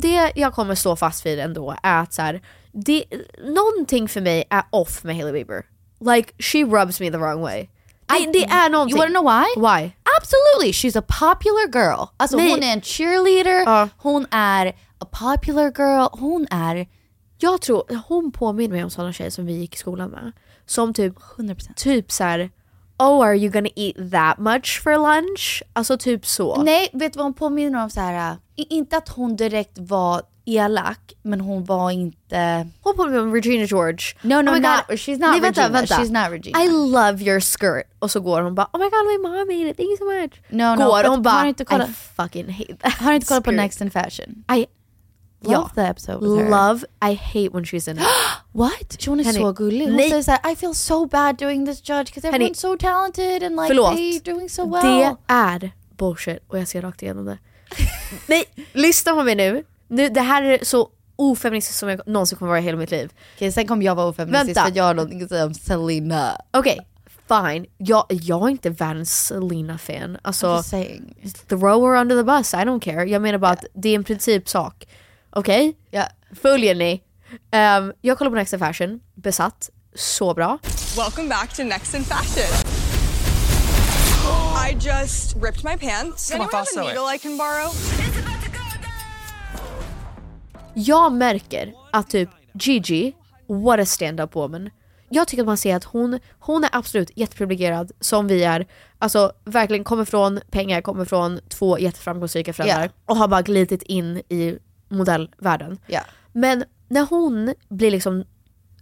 Speaker 2: det jag kommer stå fast vid ändå är att så här, det, någonting för mig är off med Hailey Bieber. Like she rubs me the wrong way. I, det är någonting.
Speaker 7: You wanna know why?
Speaker 2: Why?
Speaker 7: Absolutely, she's a popular girl. Alltså
Speaker 2: Nej.
Speaker 7: hon är en cheerleader, hon är a popular girl, hon är...
Speaker 2: Jag tror hon påminner mig om sådana tjejer som vi gick i skolan med. Som typ,
Speaker 7: 100%.
Speaker 2: typ så här. Oh are you gonna eat that much for lunch? Alltså typ så.
Speaker 7: Nej, vet du vad hon påminner om? Så här, äh, i- inte att hon direkt var elak, men hon var inte...
Speaker 2: Hon påminner mig om Regina George. Oh
Speaker 7: No, no,
Speaker 2: my God.
Speaker 7: not- she's not
Speaker 2: Nej, vänta,
Speaker 7: Regina.
Speaker 2: Vänta.
Speaker 7: She's not Regina.
Speaker 2: I love your skirt. Och så går hon bara oh my god my mom made it, thank you so much.
Speaker 7: No, no,
Speaker 2: går
Speaker 7: vänta,
Speaker 2: hon bara
Speaker 7: har du inte kollat-
Speaker 2: I fucking hate that
Speaker 7: Har du inte kollat på
Speaker 2: skirt."
Speaker 7: Next in Fashion?
Speaker 2: I
Speaker 7: Love
Speaker 2: Ja.
Speaker 7: the episode with her.
Speaker 2: Love, I hate when she's in it.
Speaker 7: What? Hon är
Speaker 2: Henrik,
Speaker 7: så gullig. Hon
Speaker 2: nej.
Speaker 7: säger såhär, I feel so bad doing this judge because
Speaker 2: Henrik,
Speaker 7: everyone's so talented and like
Speaker 2: Förlåt.
Speaker 7: they're doing so well.
Speaker 2: Det är bullshit och jag ser rakt igenom det. Nej, lyssna på mig nu. nu. Det här är så ofeministiskt som jag någonsin kommer vara i hela mitt liv.
Speaker 7: Okej, sen kommer jag vara ofeministisk
Speaker 2: Vänta.
Speaker 7: för att jag har någonting att säga om Selena.
Speaker 2: Okej, fine. Jag, jag är inte världens Selena-fan.
Speaker 7: I'm
Speaker 2: Alltså,
Speaker 7: just saying.
Speaker 2: throw her under the bus, I don't care. Jag menar bara att det är en principsak. Okej?
Speaker 7: Ja.
Speaker 2: Följer ni? Ehm, jag kollar på Next in Fashion, besatt, så bra.
Speaker 12: Welcome back to Next in Fashion. I just ripped my pants. Does
Speaker 11: Come on,
Speaker 12: anyone have
Speaker 11: I'll sew
Speaker 12: a
Speaker 11: it.
Speaker 12: needle I can borrow?
Speaker 2: Jag märker att typ Gigi, what a stand-up woman. Jag tycker att man ser att hon, hon är absolut jätteprivilegierad som vi är. Alltså verkligen kommer från pengar, kommer från två jätteframgångsrika föräldrar
Speaker 7: Yeah.
Speaker 2: och har bara glidit in i modellvärlden.
Speaker 7: Yeah.
Speaker 2: Men när hon blir liksom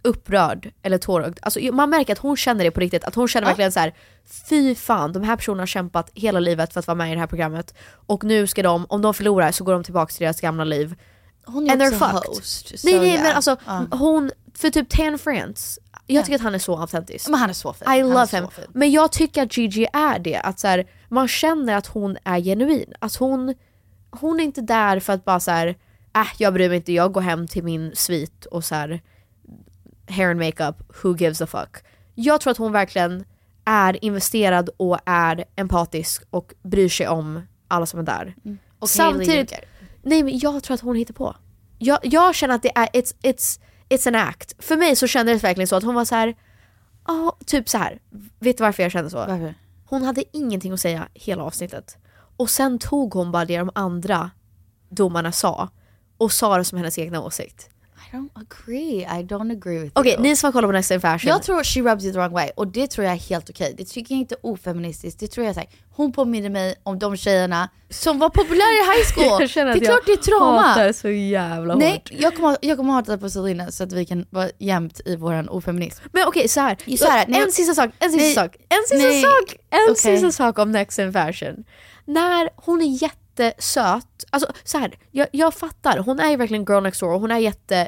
Speaker 2: upprörd eller tårögd, alltså man märker att hon känner det på riktigt. Att hon känner verkligen så här: fy fan de här personerna har kämpat hela livet för att vara med i det här programmet och nu ska de, om de förlorar så går de tillbaka till deras gamla liv.
Speaker 7: Hon är
Speaker 2: And they're
Speaker 7: också
Speaker 2: fucked.
Speaker 7: host.
Speaker 2: nej
Speaker 7: so
Speaker 2: nej
Speaker 7: yeah.
Speaker 2: men alltså
Speaker 7: Ja.
Speaker 2: hon, för typ Tan Friends, jag tycker att han är så autentisk.
Speaker 7: Men han är så fin. Han
Speaker 2: I
Speaker 7: är
Speaker 2: love
Speaker 7: så
Speaker 2: him.
Speaker 7: fin.
Speaker 2: Men jag tycker att Gigi är det. Att så här, man känner att hon är genuin. Att hon, hon är inte där för att bara så här, äh, jag bryr mig inte, jag går hem till min svit och så här, hair and makeup, who gives a fuck. Jag tror att hon verkligen är investerad och är empatisk och bryr sig om alla som är där.
Speaker 7: Mm. Och Hailey
Speaker 2: Samtidigt,
Speaker 7: ljuger.
Speaker 2: nej men jag tror att hon hittar på. Jag, jag känner att det är, it's, it's, it's an act. För mig så kändes det verkligen så att hon var så här. ja typ så här. vet du varför jag kände så?
Speaker 7: Varför?
Speaker 2: Hon hade ingenting att säga hela avsnittet. Och sen tog hon bara det de andra domarna sa och sa det som hennes egna åsikt.
Speaker 7: don't agree. I don't agree with
Speaker 2: Okej,
Speaker 7: you.
Speaker 2: ni som kollar på Next in Fashion.
Speaker 7: Jag tror she rubs you the wrong way och det tror jag är helt okej. Det tycker jag inte är ofeministiskt. Det tror jag är så här, hon påminner mig om de tjejerna som var populära i high school.
Speaker 13: Jag känner
Speaker 7: det
Speaker 13: att
Speaker 7: är klart det är trauma.
Speaker 13: Jag hatar så jävla
Speaker 7: Nej,
Speaker 13: hårt.
Speaker 7: jag kommer, jag kommer hata på Selena så att vi kan vara jämt i våran ofeminism.
Speaker 2: Men okej, så här.
Speaker 7: Så här, nej,
Speaker 2: en sista sak, en sista
Speaker 7: nej,
Speaker 2: sak, en sista
Speaker 7: nej,
Speaker 2: sak, en
Speaker 7: okej.
Speaker 2: sista sak om Next in Fashion. När hon är jättesöt, alltså så här, jag, jag fattar, hon är ju verkligen girl next door och hon är jätte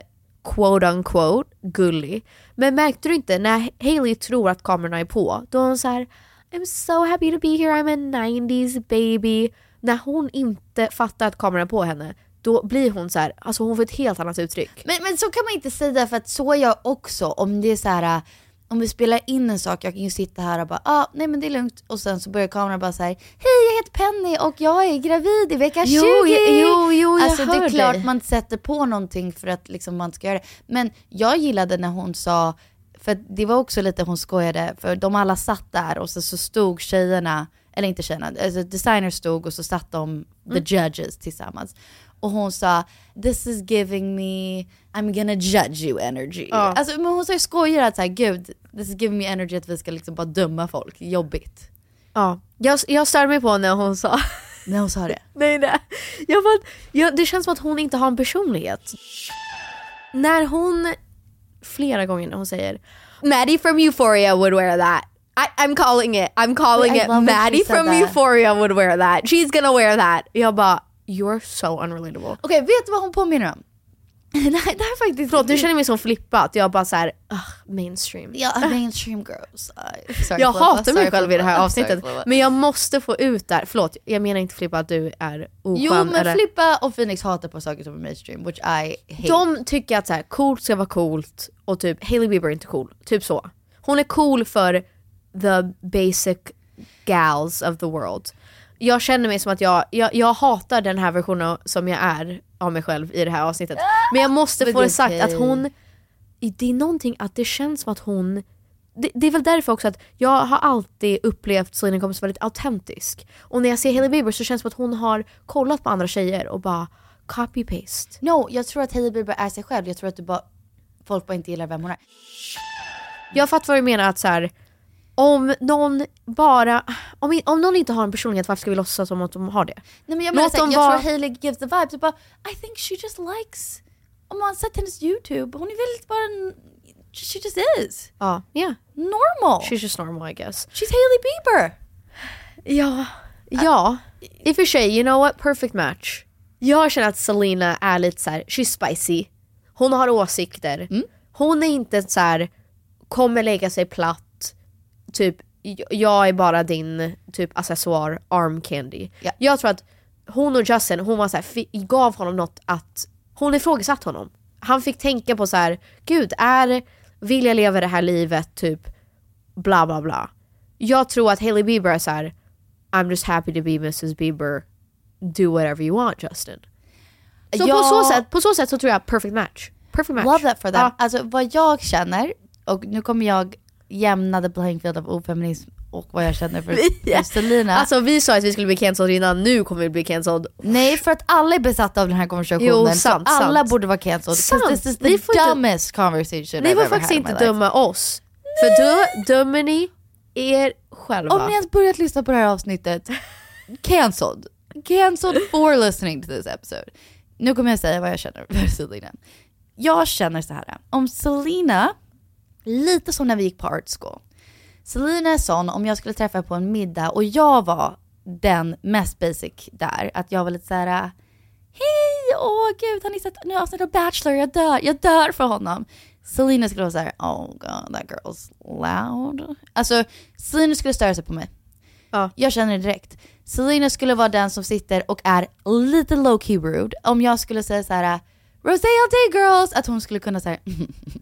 Speaker 2: quote unquote gullig. Men märkte du inte när Hailey tror att kamerorna är på, då är hon så här I'm so happy to be here, I'm a 90s baby. När hon inte fattar att kameran är på henne, då blir hon så här, alltså hon får ett helt annat uttryck.
Speaker 7: Men, men så kan man inte säga för att så är jag också. Om det är så här, äh, om vi spelar in en sak, jag kan ju sitta här och bara ah, nej men det är lugnt och sen så börjar kameran bara så här hej jag heter Penny och jag är gravid i vecka 20.
Speaker 2: Jo, jag- jo, jo, jag
Speaker 7: Alltså det
Speaker 2: hör
Speaker 7: är klart
Speaker 2: dig.
Speaker 7: man sätter på någonting för att liksom man ska göra det. Men jag gillade när hon sa, för att det var också lite hon skojade, för de alla satt där och så, så stod tjejerna, eller inte tjejerna, alltså designers stod och så satt de, the judges tillsammans. Och hon sa, this is giving me, I'm gonna judge you energy.
Speaker 13: Ja.
Speaker 7: Alltså, men hon sa ju skojar att så här, gud, this is giving me energy att vi ska liksom bara döma folk, jobbigt.
Speaker 2: Ja, jag, jag störde mig på när hon sa
Speaker 7: När hon sa det.
Speaker 2: Nej, nej. Jag bara, jag, det känns som att hon inte har en personlighet. När hon, flera gånger när hon säger Maddie from Euphoria would wear that. I, I'm calling it, I'm calling
Speaker 13: I
Speaker 2: it.
Speaker 13: love when she
Speaker 2: Maddie
Speaker 13: said
Speaker 2: from
Speaker 13: that.
Speaker 2: Euphoria would wear that. She's gonna wear that. Jag bara, you're so unrelatable.
Speaker 7: Okej, vet du vad hon påminner om? Nej, det här är faktiskt...
Speaker 2: Förlåt, nu känner jag mig så flippad. Jag bara så här, ugh, mainstream.
Speaker 7: Ja, mainstream girls. Ah, Ay, sorry,
Speaker 2: jag
Speaker 7: Flava,
Speaker 2: hatar mig
Speaker 7: sorry,
Speaker 2: själv i det här
Speaker 7: Flava,
Speaker 2: avsnittet.
Speaker 7: sorry, Flava.
Speaker 2: Men jag måste få ut det här. Förlåt, jag menar inte Flippa att du är oskön.
Speaker 7: Jo men
Speaker 2: eller-
Speaker 7: Flippa och Phoenix hatar på saker som är mainstream, which I hate.
Speaker 2: De tycker att så här, coolt ska vara coolt och typ Hailey Bieber är inte cool. Typ så. Hon är cool för the basic gals of the world. Jag känner mig som att jag, jag, jag hatar den här versionen som jag är av mig själv i det här avsnittet. Men jag måste
Speaker 13: Men
Speaker 2: få
Speaker 13: det är
Speaker 2: det sagt att
Speaker 13: okej.
Speaker 2: hon, det är någonting att det känns som att hon det, det är väl därför också att jag har alltid upplevt Selena Gomez väldigt autentisk. Och när jag ser Hailey Bieber så känns det som att hon har kollat på andra tjejer och bara copy-paste.
Speaker 7: No, jag tror att Hailey Bieber är sig själv. Jag tror att du bara, folk bara inte gillar vem hon är.
Speaker 2: Jag fattar vad du menar att så här, om någon bara, om, om någon inte har en personlighet varför ska vi låtsas som att de har det?
Speaker 7: Nej men jag
Speaker 2: Låt
Speaker 7: menar såhär,
Speaker 2: dem
Speaker 7: jag
Speaker 2: vara-
Speaker 7: tror Hailey gives the vibes. Jag bara, I think she just likes, om man har sett hennes YouTube, hon är väldigt bara, en, she just is.
Speaker 2: Ja, yeah.
Speaker 7: Normal.
Speaker 2: She's just normal I guess.
Speaker 7: She's Hailey Bieber.
Speaker 2: Ja, ja. I och för sig, you know what? Perfect match. Jag känner att Selena är lite så här, she's spicy. Hon har åsikter. Hon är inte så här, kommer lägga sig platt. Typ, j- jag är bara din typ accessoar, arm candy. Jag tror att hon och Justin, hon var så här, fi- gav honom något att, hon ifrågasatte honom. Han fick tänka på så här, gud är, vill jag leva det här livet typ, bla bla bla. Jag tror att Hailey Bieber är så här, I'm just happy to be Mrs Bieber. Do whatever you want Justin. Så på,
Speaker 7: Jag-
Speaker 2: så sätt, på så sätt så tror jag perfect match. Perfect match.
Speaker 7: Love that for them.
Speaker 2: Ja.
Speaker 7: Alltså vad jag känner, och nu kommer jag jämna the playing field av ofeminism och vad jag känner för, för Selena.
Speaker 2: Alltså vi sa att vi skulle bli cancelled innan, nu kommer vi bli cancelled.
Speaker 7: Nej för att alla är besatta av den här konversationen.
Speaker 2: Jo,
Speaker 7: så
Speaker 2: sant,
Speaker 7: alla
Speaker 2: sant.
Speaker 7: borde vara cancelled. 'cause
Speaker 2: Sant.
Speaker 7: This is
Speaker 2: Ni
Speaker 7: the
Speaker 2: får inte-
Speaker 7: dumbest conversation
Speaker 2: Ni
Speaker 7: I've
Speaker 2: får
Speaker 7: ever
Speaker 2: faktiskt
Speaker 7: had in my
Speaker 2: inte
Speaker 7: life.
Speaker 2: döma oss. För då dömer ni er själva.
Speaker 7: Om ni ens börjat lyssna på det här avsnittet, cancelled. Cancelled for listening to this episode. Nu kommer jag säga vad jag känner för Selena. Jag känner så här, om Selena, lite som när vi gick på art school. Selena är sån, om jag skulle träffa henne på en middag och jag var den mest basic där, att jag var lite så här. hej, åh gud, har ni sett nu avsnitt av Bachelor, jag dör, jag dör för honom. Selena skulle vara så här, oh god, that girl's loud. Alltså, Selena skulle störa sig på mig. Jag känner det direkt. Selena skulle vara den som sitter och är lite low key rude. Om jag skulle säga så här, Rosé all day girls, att hon skulle kunna säga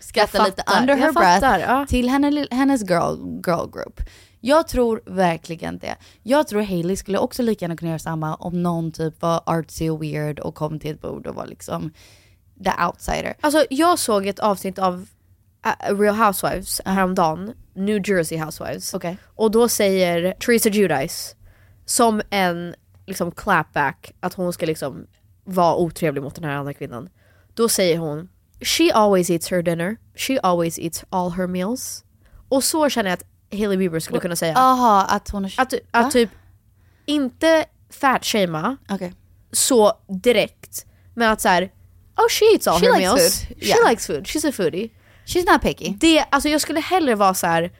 Speaker 7: skratta
Speaker 13: Jag
Speaker 7: lite
Speaker 13: fattar,
Speaker 7: under her
Speaker 13: jag
Speaker 7: breath
Speaker 13: fattar,
Speaker 7: till henne, hennes girl, girl group. Jag tror verkligen det. Jag tror Hailey skulle också lika gärna kunna göra samma om någon typ var artsy och weird och kom till ett bord och var liksom the outsider.
Speaker 2: Alltså jag såg ett avsnitt av äh, Real Housewives häromdagen, New Jersey Housewives. Och då säger Teresa Judice som en liksom clapback att hon ska liksom vara otrevlig mot den här andra kvinnan. Då säger hon “She always eats her dinner, she always eats all her meals”. Och så känner jag att Hailey Bieber skulle kunna säga.
Speaker 7: Jaha, att hon har...
Speaker 2: Att, ty- att typ inte fatshamea så direkt, men att så här, “Oh she eats all
Speaker 7: She
Speaker 2: her
Speaker 7: likes
Speaker 2: meals,
Speaker 7: food."
Speaker 2: she
Speaker 7: Yeah.
Speaker 2: likes food, she's a foodie”.
Speaker 7: She's not picky.
Speaker 2: Det, alltså jag skulle hellre vara så här.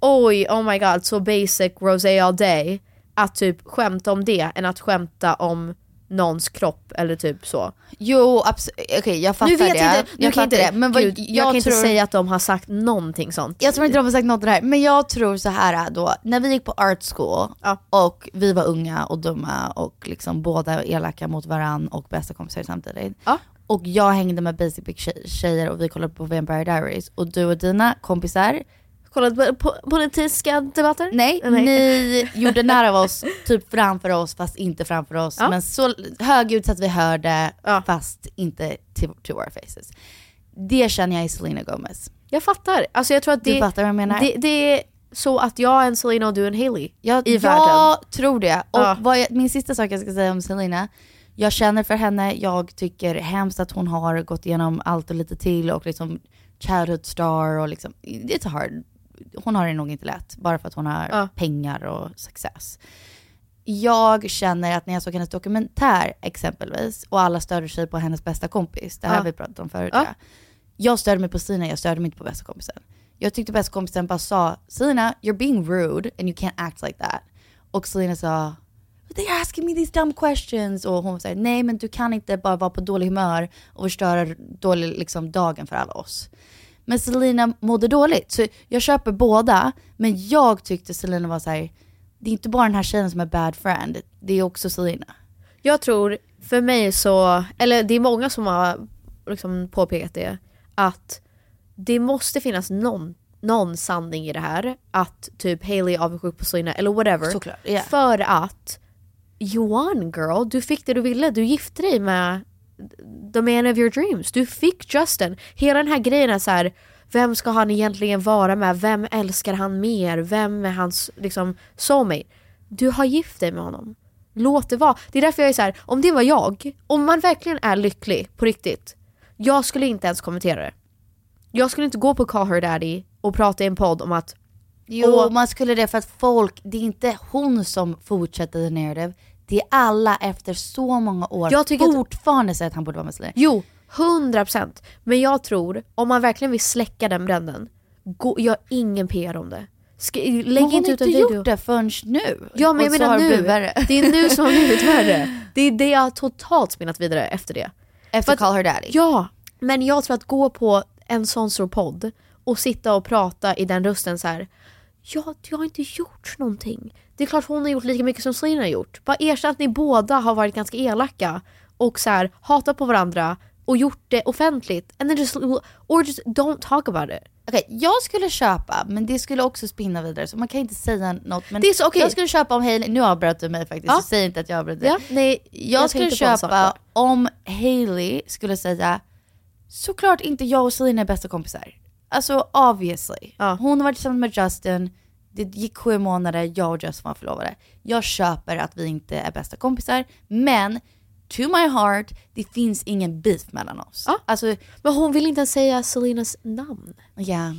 Speaker 2: oj, oh my god, så basic rosé all day. Att typ skämta om det än att skämta om någons kropp eller typ så.
Speaker 7: Jo, absolut. Okej, jag fattar
Speaker 2: nu vet
Speaker 7: det.
Speaker 2: Jag inte, nu
Speaker 7: jag
Speaker 2: kan
Speaker 7: fattar
Speaker 2: inte,
Speaker 7: det. Men vad,
Speaker 2: Gud, jag, kan inte
Speaker 7: tror-
Speaker 2: säga att de har sagt någonting sånt.
Speaker 7: Jag tror inte de har sagt något om det här. Men jag tror så här äh, då, när vi gick på art school och vi var unga och dumma och liksom båda elaka mot varann och bästa kompisar samtidigt. Och jag hängde med basic big tjej- tjejer och vi kollade på Vampire Diaries och du och dina kompisar
Speaker 2: kollade på politiska debatter?
Speaker 7: Nej,
Speaker 2: Nej.
Speaker 7: ni gjorde nära oss, typ framför oss fast inte framför oss.
Speaker 2: Ja.
Speaker 7: Men så högljutt så att vi hörde fast inte to, to our faces. Det känner jag i Selena Gomez.
Speaker 2: Jag fattar. Alltså jag tror att
Speaker 7: Du
Speaker 2: det,
Speaker 7: fattar vad jag menar.
Speaker 2: Det, det är så att jag är en Selena och du är en Hailey
Speaker 7: Jag,
Speaker 2: i världen.
Speaker 7: jag tror det. Och
Speaker 2: Ja.
Speaker 7: vad jag, min sista sak jag ska säga om Selena, jag känner för henne, jag tycker hemskt att hon har gått igenom allt och lite till och liksom childhood star och liksom, it's hard. Hon har det nog inte lätt, bara för att hon har
Speaker 2: Ja.
Speaker 7: pengar och success. Jag känner att när jag såg hennes dokumentär exempelvis, och alla störde sig på hennes bästa kompis, det här
Speaker 2: Ja.
Speaker 7: vi pratat om förut
Speaker 2: Ja.
Speaker 7: tror jag. Jag störde mig på Sina, jag störde mig inte på bästa kompisen. Jag tyckte bästa kompisen bara sa, Sina, you're being rude and you can't act like that. Och Selena sa, but they're asking me these dumb questions. Och hon säger, nej men du kan inte bara vara på dålig humör och förstöra dålig, liksom, dagen för alla oss. Men Selena mådde dåligt. Så jag köper båda, men jag tyckte Selena var så här. det är inte bara den här tjejen som är bad friend, det är också Selena.
Speaker 2: Jag tror, för mig så, eller det är många som har liksom påpekat det, att det måste finnas någon, någon sanning i det här. Att typ Hailey är avundsjuk på Selena eller whatever.
Speaker 7: Såklart, ja.
Speaker 2: För att you won girl, du fick det du ville, du gifte dig med the man of your dreams. Du fick Justin. Hela den här grejen är så här. vem ska han egentligen vara med? Vem älskar han mer? Vem är hans liksom soulmate? Du har gift dig med honom. Låt det vara. Det är därför jag är så här. om det var jag, om man verkligen är lycklig på riktigt, jag skulle inte ens kommentera det. Jag skulle inte gå på Call Her Daddy och prata i en podd om att
Speaker 7: Jo,
Speaker 2: Åh.
Speaker 7: man skulle det för att folk, det är inte hon som fortsätter the narrative, det är alla efter så många år
Speaker 2: Jag tycker att-
Speaker 7: fortfarande säger att han borde vara med Selena.
Speaker 2: Jo, 100%. Men jag tror, om man verkligen vill släcka den bränden, gå, gör ingen PR om det. Sk- lägg
Speaker 7: Men hon
Speaker 2: inte
Speaker 7: har
Speaker 2: ut
Speaker 7: inte
Speaker 2: en video.
Speaker 7: gjort det förrän nu.
Speaker 2: Ja men jag
Speaker 7: Och så
Speaker 2: menar
Speaker 7: har det
Speaker 2: nu.
Speaker 7: blivit värre.
Speaker 2: Det är nu som har blivit värre. Det är det jag har totalt spinnat vidare efter det.
Speaker 7: Efter Call Her Daddy.
Speaker 2: Ja, men jag tror att gå på en sån stor podd och sitta och prata i den rösten så här. Ja, jag har inte gjort någonting. Det är klart hon har gjort lika mycket som Selena har gjort. Bara erkänn att ni båda har varit ganska elaka och så här hatat på varandra och gjort det offentligt. And then just, or just don't talk about it.
Speaker 7: Okej, jag skulle köpa, men det skulle också spinna vidare så man kan inte säga något. Men
Speaker 2: Det är så- okej.
Speaker 7: Jag skulle köpa om Hailey, nu avbröt du mig faktiskt,
Speaker 2: Ja.
Speaker 7: så säg inte att jag avbröt dig.
Speaker 2: Ja, nej,
Speaker 7: jag,
Speaker 2: jag
Speaker 7: skulle
Speaker 2: tänkte på en sak
Speaker 7: köpa
Speaker 2: bara.
Speaker 7: om Hailey skulle säga, såklart inte jag och Selena är bästa kompisar. Alltså obviously. Hon har varit tillsammans med Justin, det gick sju månader, jag och Justin var förlovade. Jag köper att vi inte är bästa kompisar, men to my heart, det finns ingen beef mellan oss. Ja. Alltså,
Speaker 2: Men hon vill inte ens säga Selenas namn.
Speaker 7: yeah.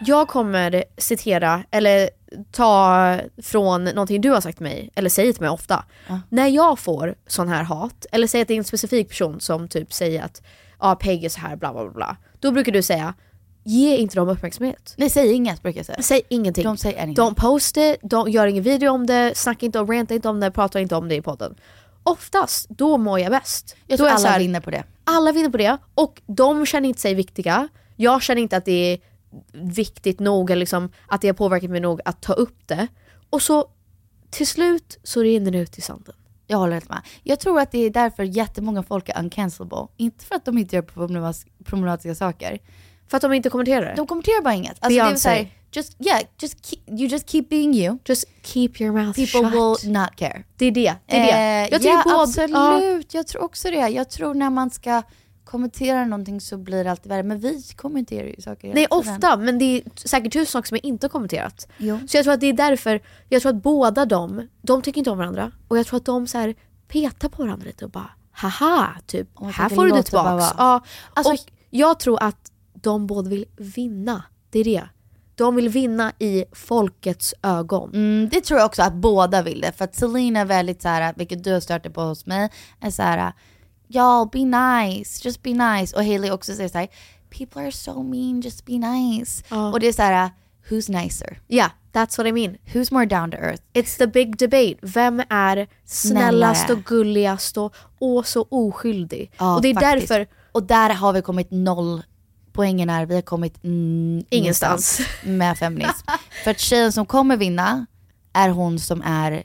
Speaker 2: Jag kommer citera, eller ta från någonting du har sagt till mig, eller säger till mig ofta. När jag får sån här hat, eller säger att det är en specifik person som typ säger att ja, Peg är så här, bla bla bla, bla. Då brukar du säga, ge inte dem uppmärksamhet.
Speaker 7: Nej, säg inget brukar jag säga.
Speaker 2: Säg ingenting.
Speaker 7: De säger ingenting.
Speaker 2: Don't post det, de gör ingen video om det, snacka inte om ranta inte om det, prata inte om det i podden. Oftast, då mår jag bäst.
Speaker 7: Jag
Speaker 2: Då
Speaker 7: tror
Speaker 2: är jag så
Speaker 7: alla
Speaker 2: här,
Speaker 7: vinner på det.
Speaker 2: alla vinner på det och de känner inte sig viktiga. Jag känner inte att det är viktigt nog eller liksom, att det har påverkat mig nog att ta upp det. Och så till slut så rinner det ut i sanden.
Speaker 7: Jag håller helt med. Jag tror att det är därför jättemånga folk är uncancelable. Inte för att de inte gör problemas- problematiska saker.
Speaker 2: För att de inte kommenterar det.
Speaker 7: De kommenterar bara inget. Alltså, det är
Speaker 2: Beyoncé.
Speaker 7: så här, just, yeah, just keep, you just keep being you.
Speaker 2: Just keep your mouth
Speaker 7: People
Speaker 2: shut.
Speaker 7: will not care.
Speaker 2: Det är det. det, är det. Jag tycker
Speaker 7: ja,
Speaker 2: både, ja,
Speaker 7: absolut. Jag tror också det. Jag tror när man ska kommentera någonting så blir det alltid värre. Men vi kommenterar ju saker hela
Speaker 2: nej
Speaker 7: tiden.
Speaker 2: ofta men det är säkert tusen saker som jag inte har kommenterat.
Speaker 7: Jo.
Speaker 2: Så jag tror att det är därför, jag tror att båda de, de tycker inte om varandra och jag tror att de så här petar på varandra lite och bara haha, typ
Speaker 7: Åh,
Speaker 2: här
Speaker 7: vilken
Speaker 2: får du det
Speaker 7: låt det bara
Speaker 2: tillbaks.
Speaker 7: var.
Speaker 2: Ja, alltså, och jag tror att de båda vill vinna. Det är det. De vill vinna i folkets ögon.
Speaker 7: Mm, det tror jag också att båda vill det. För att Selena är väldigt så här, vilket du har stört dig på hos mig, är så här, y'all be nice, just be nice. Och Hailey också säger så här, people are so mean, just be nice. Och det är så här, who's nicer?
Speaker 2: Yeah, that's what I mean.
Speaker 7: Who's more down to earth?
Speaker 2: It's the big debate. Vem är snällast
Speaker 7: Snällare.
Speaker 2: och gulligast och, och så oskyldig?
Speaker 7: Ja,
Speaker 2: och det är
Speaker 7: faktiskt.
Speaker 2: därför
Speaker 7: Och där har vi kommit noll, poängen är vi har kommit mm,
Speaker 2: Ingenstans.
Speaker 7: med feminism. För att tjejen som kommer vinna är hon som är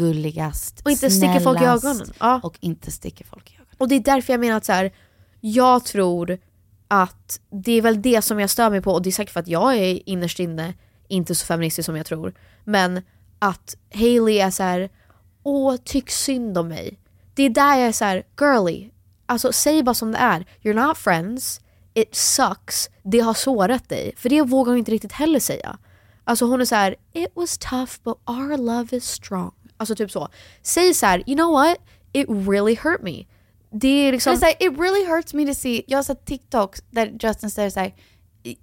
Speaker 7: gulligast,
Speaker 2: Och inte sticker folk i
Speaker 7: snällast
Speaker 2: ögonen. Ja.
Speaker 7: Och inte sticker folk i ögonen.
Speaker 2: Och det är därför jag menar att så här, jag tror att det är väl det som jag stör mig på och det är säkert för att jag är innerst inne inte så feministisk som jag tror. Men att Hailey är så här, åh tyck synd om mig. Det är där jag är så här, girly. Alltså säg bara som det är. You're not friends, it sucks, det har sårat dig. För det vågar hon inte riktigt heller säga. Alltså hon är så här, it was tough but our love is strong. Alltså typ så. Säg så här, you know what? It really hurt me. Det är liksom...
Speaker 7: Men det är så här, it really hurts me to see, jag har sett TikToks där Justin säger såhär,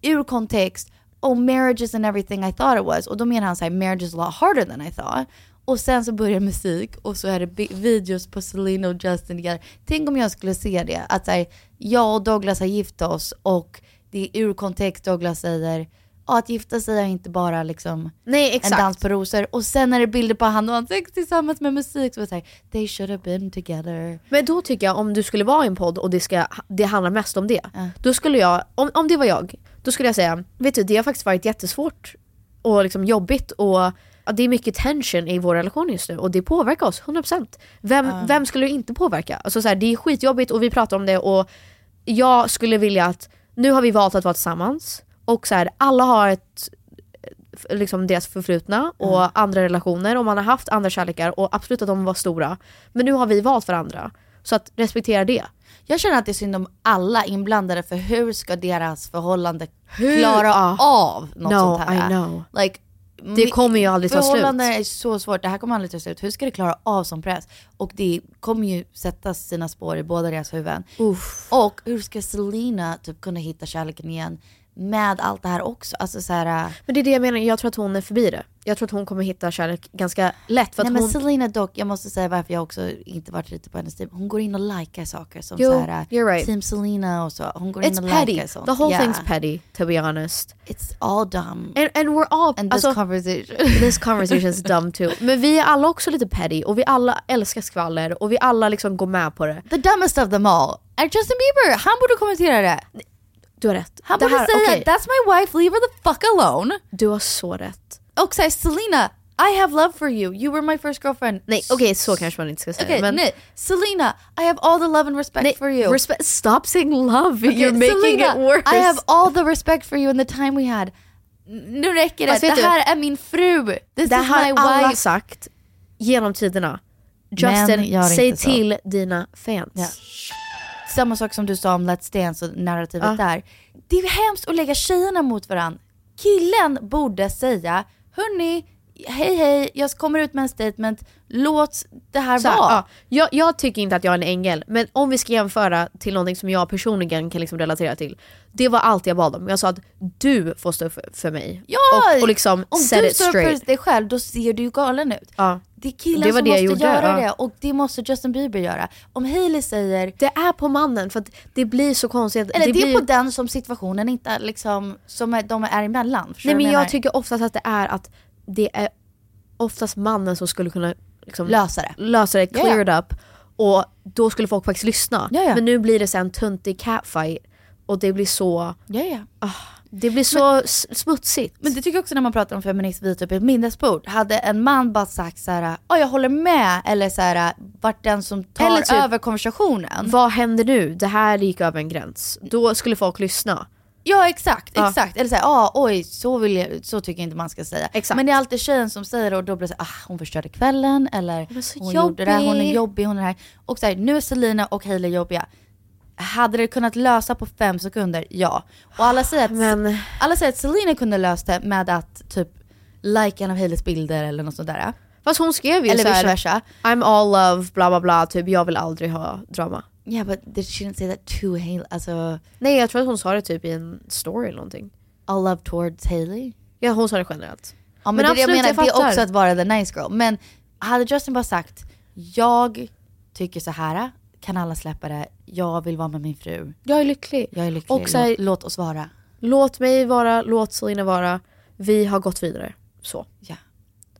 Speaker 7: ur kontext, oh marriage isn't everything I thought it was. Och då menar han såhär, marriage is a lot harder than I thought. Och sen så börjar musik och så är det bi- videos på Selena och Justin together. Tänk om jag skulle se det, att så här, jag och Douglas har gift oss och det är ur kontext Douglas säger, ja att gifta sig är inte bara liksom
Speaker 2: Nej, exakt.
Speaker 7: en dans på rosor. Och sen är det bilder på han och hans ex tillsammans med musik. Så det är så här, they should have been together.
Speaker 2: Men då tycker jag om du skulle vara i en podd och det, ska, det handlar mest om det. Då skulle jag, om, om det var jag, då skulle jag säga, vet du det har faktiskt varit jättesvårt och liksom jobbigt och ja, det är mycket tension i vår relation just nu och det påverkar oss 100%. Vem, vem skulle det inte påverka? Alltså så här, det är skitjobbigt och vi pratar om det och jag skulle vilja att nu har vi valt att vara tillsammans och så här, alla har ett f- liksom deras förflutna och
Speaker 7: Mm.
Speaker 2: andra relationer och man har haft andra kärlekar och absolut att de var stora. Men nu har vi valt varandra. Så att respektera det.
Speaker 7: Jag känner att det är synd om alla inblandade för hur ska deras förhållande
Speaker 2: Hur?
Speaker 7: klara
Speaker 2: Ja.
Speaker 7: av något
Speaker 2: No,
Speaker 7: sånt här?
Speaker 2: I know.
Speaker 7: Like,
Speaker 2: Det kommer ju aldrig ta slut.
Speaker 7: Förhållanden är så svårt, det här kommer aldrig ta slut. Hur ska det klara av som press? Och det kommer ju sätta sina spår i båda deras huvuden. Och hur ska Selena typ kunna hitta kärleken igen med allt det här också? Alltså så här, äh,
Speaker 2: Men det är det jag menar, jag tror att hon är förbi det. Jag tror att hon kommer hitta kärlek ganska lätt. För att
Speaker 7: Nej men
Speaker 2: hon...
Speaker 7: Selena dock, jag måste säga varför jag också inte varit lite på hennes team. Hon går in och likar saker som
Speaker 2: Jo,
Speaker 7: så här,
Speaker 2: you're right.
Speaker 7: team Selena och så. Hon går in
Speaker 2: It's
Speaker 7: och
Speaker 2: petty.
Speaker 7: likar sånt.
Speaker 2: The whole
Speaker 7: Yeah.
Speaker 2: thing's petty to be honest.
Speaker 7: It's all dumb.
Speaker 2: And, and we're all...
Speaker 7: And this
Speaker 2: alltså,
Speaker 7: conversation.
Speaker 2: this conversation is dumb too. Men vi är alla också lite petty och vi alla älskar skvaller och vi alla liksom går med på det.
Speaker 7: The dumbest of them all är Justin Bieber. Han borde kommentera det.
Speaker 2: Du har rätt.
Speaker 7: Han
Speaker 2: Det
Speaker 7: borde
Speaker 2: här-
Speaker 7: säga
Speaker 2: okej.
Speaker 7: “That's my wife, leave her the fuck alone”.
Speaker 2: Du har så rätt.
Speaker 7: Och säga “Selena, I have love for you, you were my first girlfriend”.
Speaker 2: Nej okej så kanske man inte ska säga.
Speaker 7: Okej,
Speaker 2: men...
Speaker 7: nej. “Selena, I have all the love and respect for you”.
Speaker 2: Respe- stop saying love,
Speaker 7: Okej,
Speaker 2: you're making
Speaker 7: Selena,
Speaker 2: it worse.
Speaker 7: I have all the respect for you and the time we had. N- Nu räcker det,
Speaker 2: Fast vet
Speaker 7: det
Speaker 2: du-
Speaker 7: här är min fru. This
Speaker 2: det
Speaker 7: is my
Speaker 2: har alla
Speaker 7: wife.
Speaker 2: sagt genom tiderna.
Speaker 7: Men gör
Speaker 2: Justin,
Speaker 7: inte
Speaker 2: säg
Speaker 7: så.
Speaker 2: till dina fans.
Speaker 7: Ja. Samma sak som du sa om Let's Dance och narrativet
Speaker 2: Ja.
Speaker 7: där. Det är hemskt att lägga tjejerna mot varandra. Killen borde säga, hörni, hej hej, jag kommer ut med en statement, låt det här
Speaker 2: Så här,
Speaker 7: vara.
Speaker 2: ja. jag, jag tycker inte att jag är en ängel, men om vi ska jämföra till någonting som jag personligen kan liksom relatera till. Det var allt jag bad om. Jag sa att du får stå för, för mig.
Speaker 7: Ja,
Speaker 2: och, och liksom
Speaker 7: om
Speaker 2: set
Speaker 7: du
Speaker 2: it
Speaker 7: står
Speaker 2: straight.
Speaker 7: för dig själv då ser du ju galen ut.
Speaker 2: Ja.
Speaker 7: Det är killen
Speaker 2: Det var
Speaker 7: som
Speaker 2: det jag
Speaker 7: måste
Speaker 2: gjorde,
Speaker 7: göra
Speaker 2: ja.
Speaker 7: det och det måste Justin Bieber göra. Om Hailey säger,
Speaker 2: Det är på mannen för att det blir så konstigt.
Speaker 7: eller det,
Speaker 2: blir...
Speaker 7: är på den som situationen inte är liksom, som är, de är emellan. Förstår
Speaker 2: Nej
Speaker 7: du vad
Speaker 2: men
Speaker 7: menar?
Speaker 2: jag tycker oftast att det är att det är oftast mannen som skulle kunna liksom
Speaker 7: Lösa det.
Speaker 2: lösa det,
Speaker 7: Ja, ja.
Speaker 2: clear it up och då skulle folk faktiskt lyssna.
Speaker 7: Ja, ja.
Speaker 2: Men nu blir det sen töntig catfight och det blir så,
Speaker 7: Ja, ja.
Speaker 2: Alltså. det blir så s- smutsigt.
Speaker 7: Men det tycker jag också när man pratar om feminism, vi typ ett middagsbord. Hade en man bara sagt så här, "Ja, jag håller med, eller så här, vart den som tar
Speaker 2: Eller typ-
Speaker 7: över konversationen.
Speaker 2: Vad händer nu? Det här gick över en gräns. Då skulle folk lyssna.
Speaker 7: Ja exakt,
Speaker 2: Ja.
Speaker 7: exakt. Eller såhär, ah, oj så, vill jag, så tycker jag inte man ska säga.
Speaker 2: Exakt.
Speaker 7: Men det är alltid tjejen som säger det och då blir det såhär, ah, hon förstörde kvällen eller
Speaker 2: Hon är så
Speaker 7: hon gjorde det här, hon är
Speaker 2: jobbig.
Speaker 7: jobbig, hon är det här. Och såhär, nu är Selina och Hailey jobbiga. Hade det kunnat lösa på fem sekunder? Ja. Och alla säger att,
Speaker 2: Men-
Speaker 7: alla säger att Selina kunde löst det med att typ lajka en av Haileys bilder eller något sånt där.
Speaker 2: Fast hon skrev ju
Speaker 7: Eller
Speaker 2: såhär,
Speaker 7: vice versa.
Speaker 2: I'm all love, bla bla bla, typ jag vill aldrig ha drama.
Speaker 7: Yeah, but did she didn't say that to Haley? Alltså,
Speaker 2: Nej jag tror att hon sa det typ i en story eller någonting.
Speaker 7: all love towards Haley?
Speaker 2: Ja hon sa det generellt.
Speaker 7: Ja, men, det är det jag menar, det är
Speaker 2: fattar.
Speaker 7: också att vara the nice girl. Men hade Justin bara sagt, jag tycker så här, kan alla släppa det, jag vill vara med min fru,
Speaker 2: Jag är lycklig.
Speaker 7: jag är lycklig,
Speaker 2: Och så här,
Speaker 7: låt, låt oss vara.
Speaker 2: låt mig vara, låt Selina vara, vi har gått vidare. Så.
Speaker 7: Ja.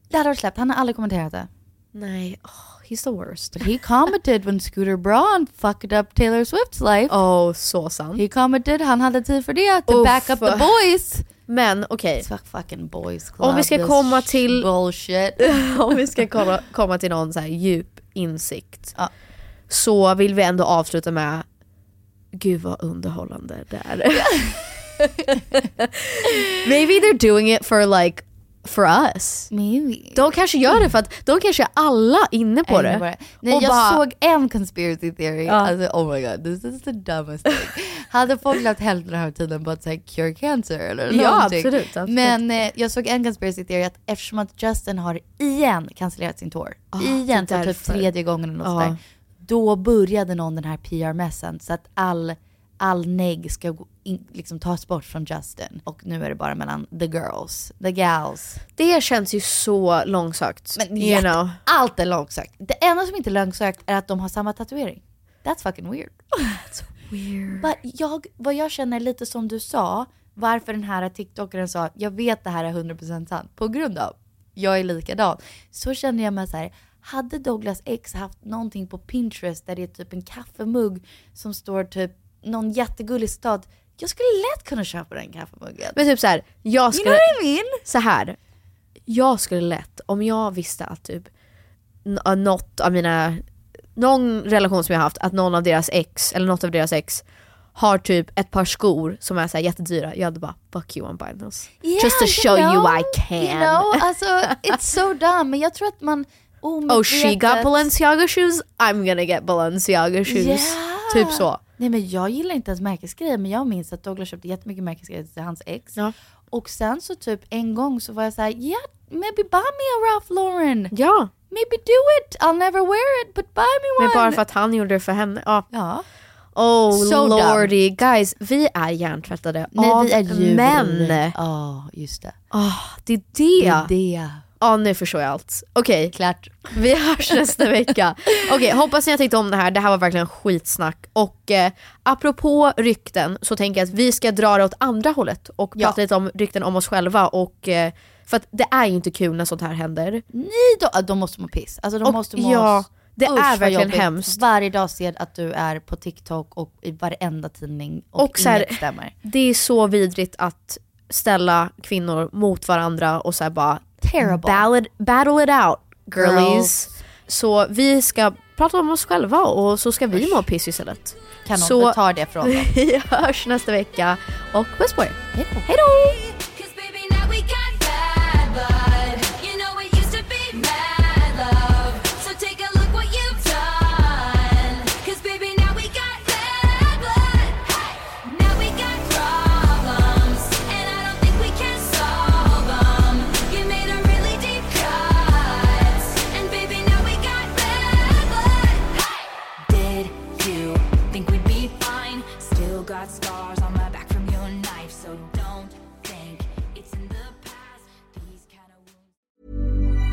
Speaker 7: Det hade varit släppt, han har aldrig kommenterat det.
Speaker 2: Nej, oh, he's the worst.
Speaker 7: But he commented when Scooter Braun fucked up Taylor Swifts life.
Speaker 2: Oh, så sant.
Speaker 7: He commented, han hade tid för det, to back up the boys.
Speaker 2: Men okej.
Speaker 7: Fuck fucking boys club.
Speaker 2: Om vi ska
Speaker 7: this
Speaker 2: komma till-
Speaker 7: Bullshit.
Speaker 2: om vi ska komma, komma till någon så här djup insikt så vill vi ändå avsluta med Gud vad underhållande det är. Maybe they're doing it for like for us.
Speaker 7: Maybe.
Speaker 2: De kanske gör det för att de kanske är alla inne på
Speaker 7: Jag är inne
Speaker 2: det.
Speaker 7: på det. Nej,
Speaker 2: Och
Speaker 7: jag
Speaker 2: bara-
Speaker 7: såg en conspiracy theory, alltså oh my god this is the dumbest thing. Hade folk lagt hälften av tiden på att säga cure cancer eller
Speaker 2: Ja,
Speaker 7: någonting.
Speaker 2: absolut, absolut.
Speaker 7: Men eh, jag såg en conspiracy theory att eftersom att Justin har igen cancellerat sin tour,
Speaker 2: Ah,
Speaker 7: igen
Speaker 2: det
Speaker 7: för
Speaker 2: är
Speaker 7: typ
Speaker 2: därför. Ah.
Speaker 7: tredje gången eller något
Speaker 2: Ja.
Speaker 7: sånt där, då började någon den här PR-mässan så att all All negg ska gå in, liksom tas bort från Justin och nu är det bara mellan the girls, the gals.
Speaker 2: Det känns ju så långsökt.
Speaker 7: Men
Speaker 2: you
Speaker 7: jätte-
Speaker 2: know.
Speaker 7: Allt är långsökt. Det enda som inte är långsökt är att de har samma tatuering. That's fucking weird. But jag, vad jag känner lite som du sa, varför den här TikTokaren sa jag vet det här är 100% sant på grund av jag är likadan. Så känner jag mig så här. hade Douglas X haft någonting på Pinterest där det är typ en kaffemugg som står typ någon jättegullig stad, jag skulle lätt kunna köpa den kaffemuggen.
Speaker 2: Men typ så här, jag
Speaker 7: you
Speaker 2: skulle...
Speaker 7: know what I mean?
Speaker 2: så här. Jag skulle lätt, om jag visste att typ n- uh, något av mina, någon relation som jag haft, att någon av deras ex, eller något av deras ex har typ ett par skor som är så här jättedyra, jag hade bara fuck you I'm buying those. Just to
Speaker 7: you
Speaker 2: show you,
Speaker 7: know,
Speaker 2: I can.
Speaker 7: You know, alltså it's so dumb. Men jag tror att man omedvetet...
Speaker 2: oh she got Balenciaga shoes, I'm gonna get Balenciaga shoes.
Speaker 7: Yeah.
Speaker 2: Typ så.
Speaker 7: Nej men jag gillar inte ens märkesgrejer men jag minns att Douglas köpte jättemycket märkesgrejer till hans ex. Och sen så typ en gång så var jag så här, yeah maybe buy me a Ralph Lauren.
Speaker 2: Ja,
Speaker 7: Maybe do it, I'll never wear it but buy me
Speaker 2: men
Speaker 7: one.
Speaker 2: bara för att han gjorde det för henne. Ja.
Speaker 7: Ja.
Speaker 2: Oh
Speaker 7: So dumb.
Speaker 2: lordy, guys vi är hjärntvättade
Speaker 7: Nej
Speaker 2: av
Speaker 7: vi är djur.
Speaker 2: män.
Speaker 7: Ja just det.
Speaker 2: Ah, det är
Speaker 7: Det
Speaker 2: det.
Speaker 7: är det.
Speaker 2: Ja nu förstår jag allt. Okej,
Speaker 7: Klart.
Speaker 2: vi hörs nästa vecka. Okej, hoppas ni har tyckt om det här. Det här var verkligen skitsnack. Och eh, apropå rykten så tänker jag att vi ska dra det åt andra hållet och
Speaker 7: Ja.
Speaker 2: prata lite om rykten om oss själva. Och, eh, för att det är ju inte kul när sånt här händer.
Speaker 7: Nej, då, de måste må piss. Alltså de
Speaker 2: Och
Speaker 7: måste må...
Speaker 2: ja, det
Speaker 7: Usch,
Speaker 2: är
Speaker 7: vad
Speaker 2: verkligen
Speaker 7: jobbigt.
Speaker 2: hemskt.
Speaker 7: Varje dag ser att du är på TikTok och i varenda tidning och,
Speaker 2: Och så här-
Speaker 7: inget stämmer.
Speaker 2: Det är så vidrigt att ställa kvinnor mot varandra och så här bara
Speaker 7: Terrible.
Speaker 2: battle, battle it out girlies.
Speaker 7: Girls.
Speaker 2: Så vi ska prata om oss själva och så ska vi må piss istället.
Speaker 7: Kanon,
Speaker 2: så-
Speaker 7: vi tar det från dem.
Speaker 2: Vi hörs nästa vecka och puss på er.
Speaker 7: Hej då.
Speaker 2: Hej då!
Speaker 9: Cause baby, now we got bad blood. You know it used to be mad love. So take a look what you've done. Cause baby, now we got bad blood. Hey, now we got problems. And I don't think we can solve them. You made a really deep cut. And baby, now we got bad blood. Hey! Did you think we'd be fine? Still got scars on my back from your knife, so don't think it's in the past. These kind of wounds.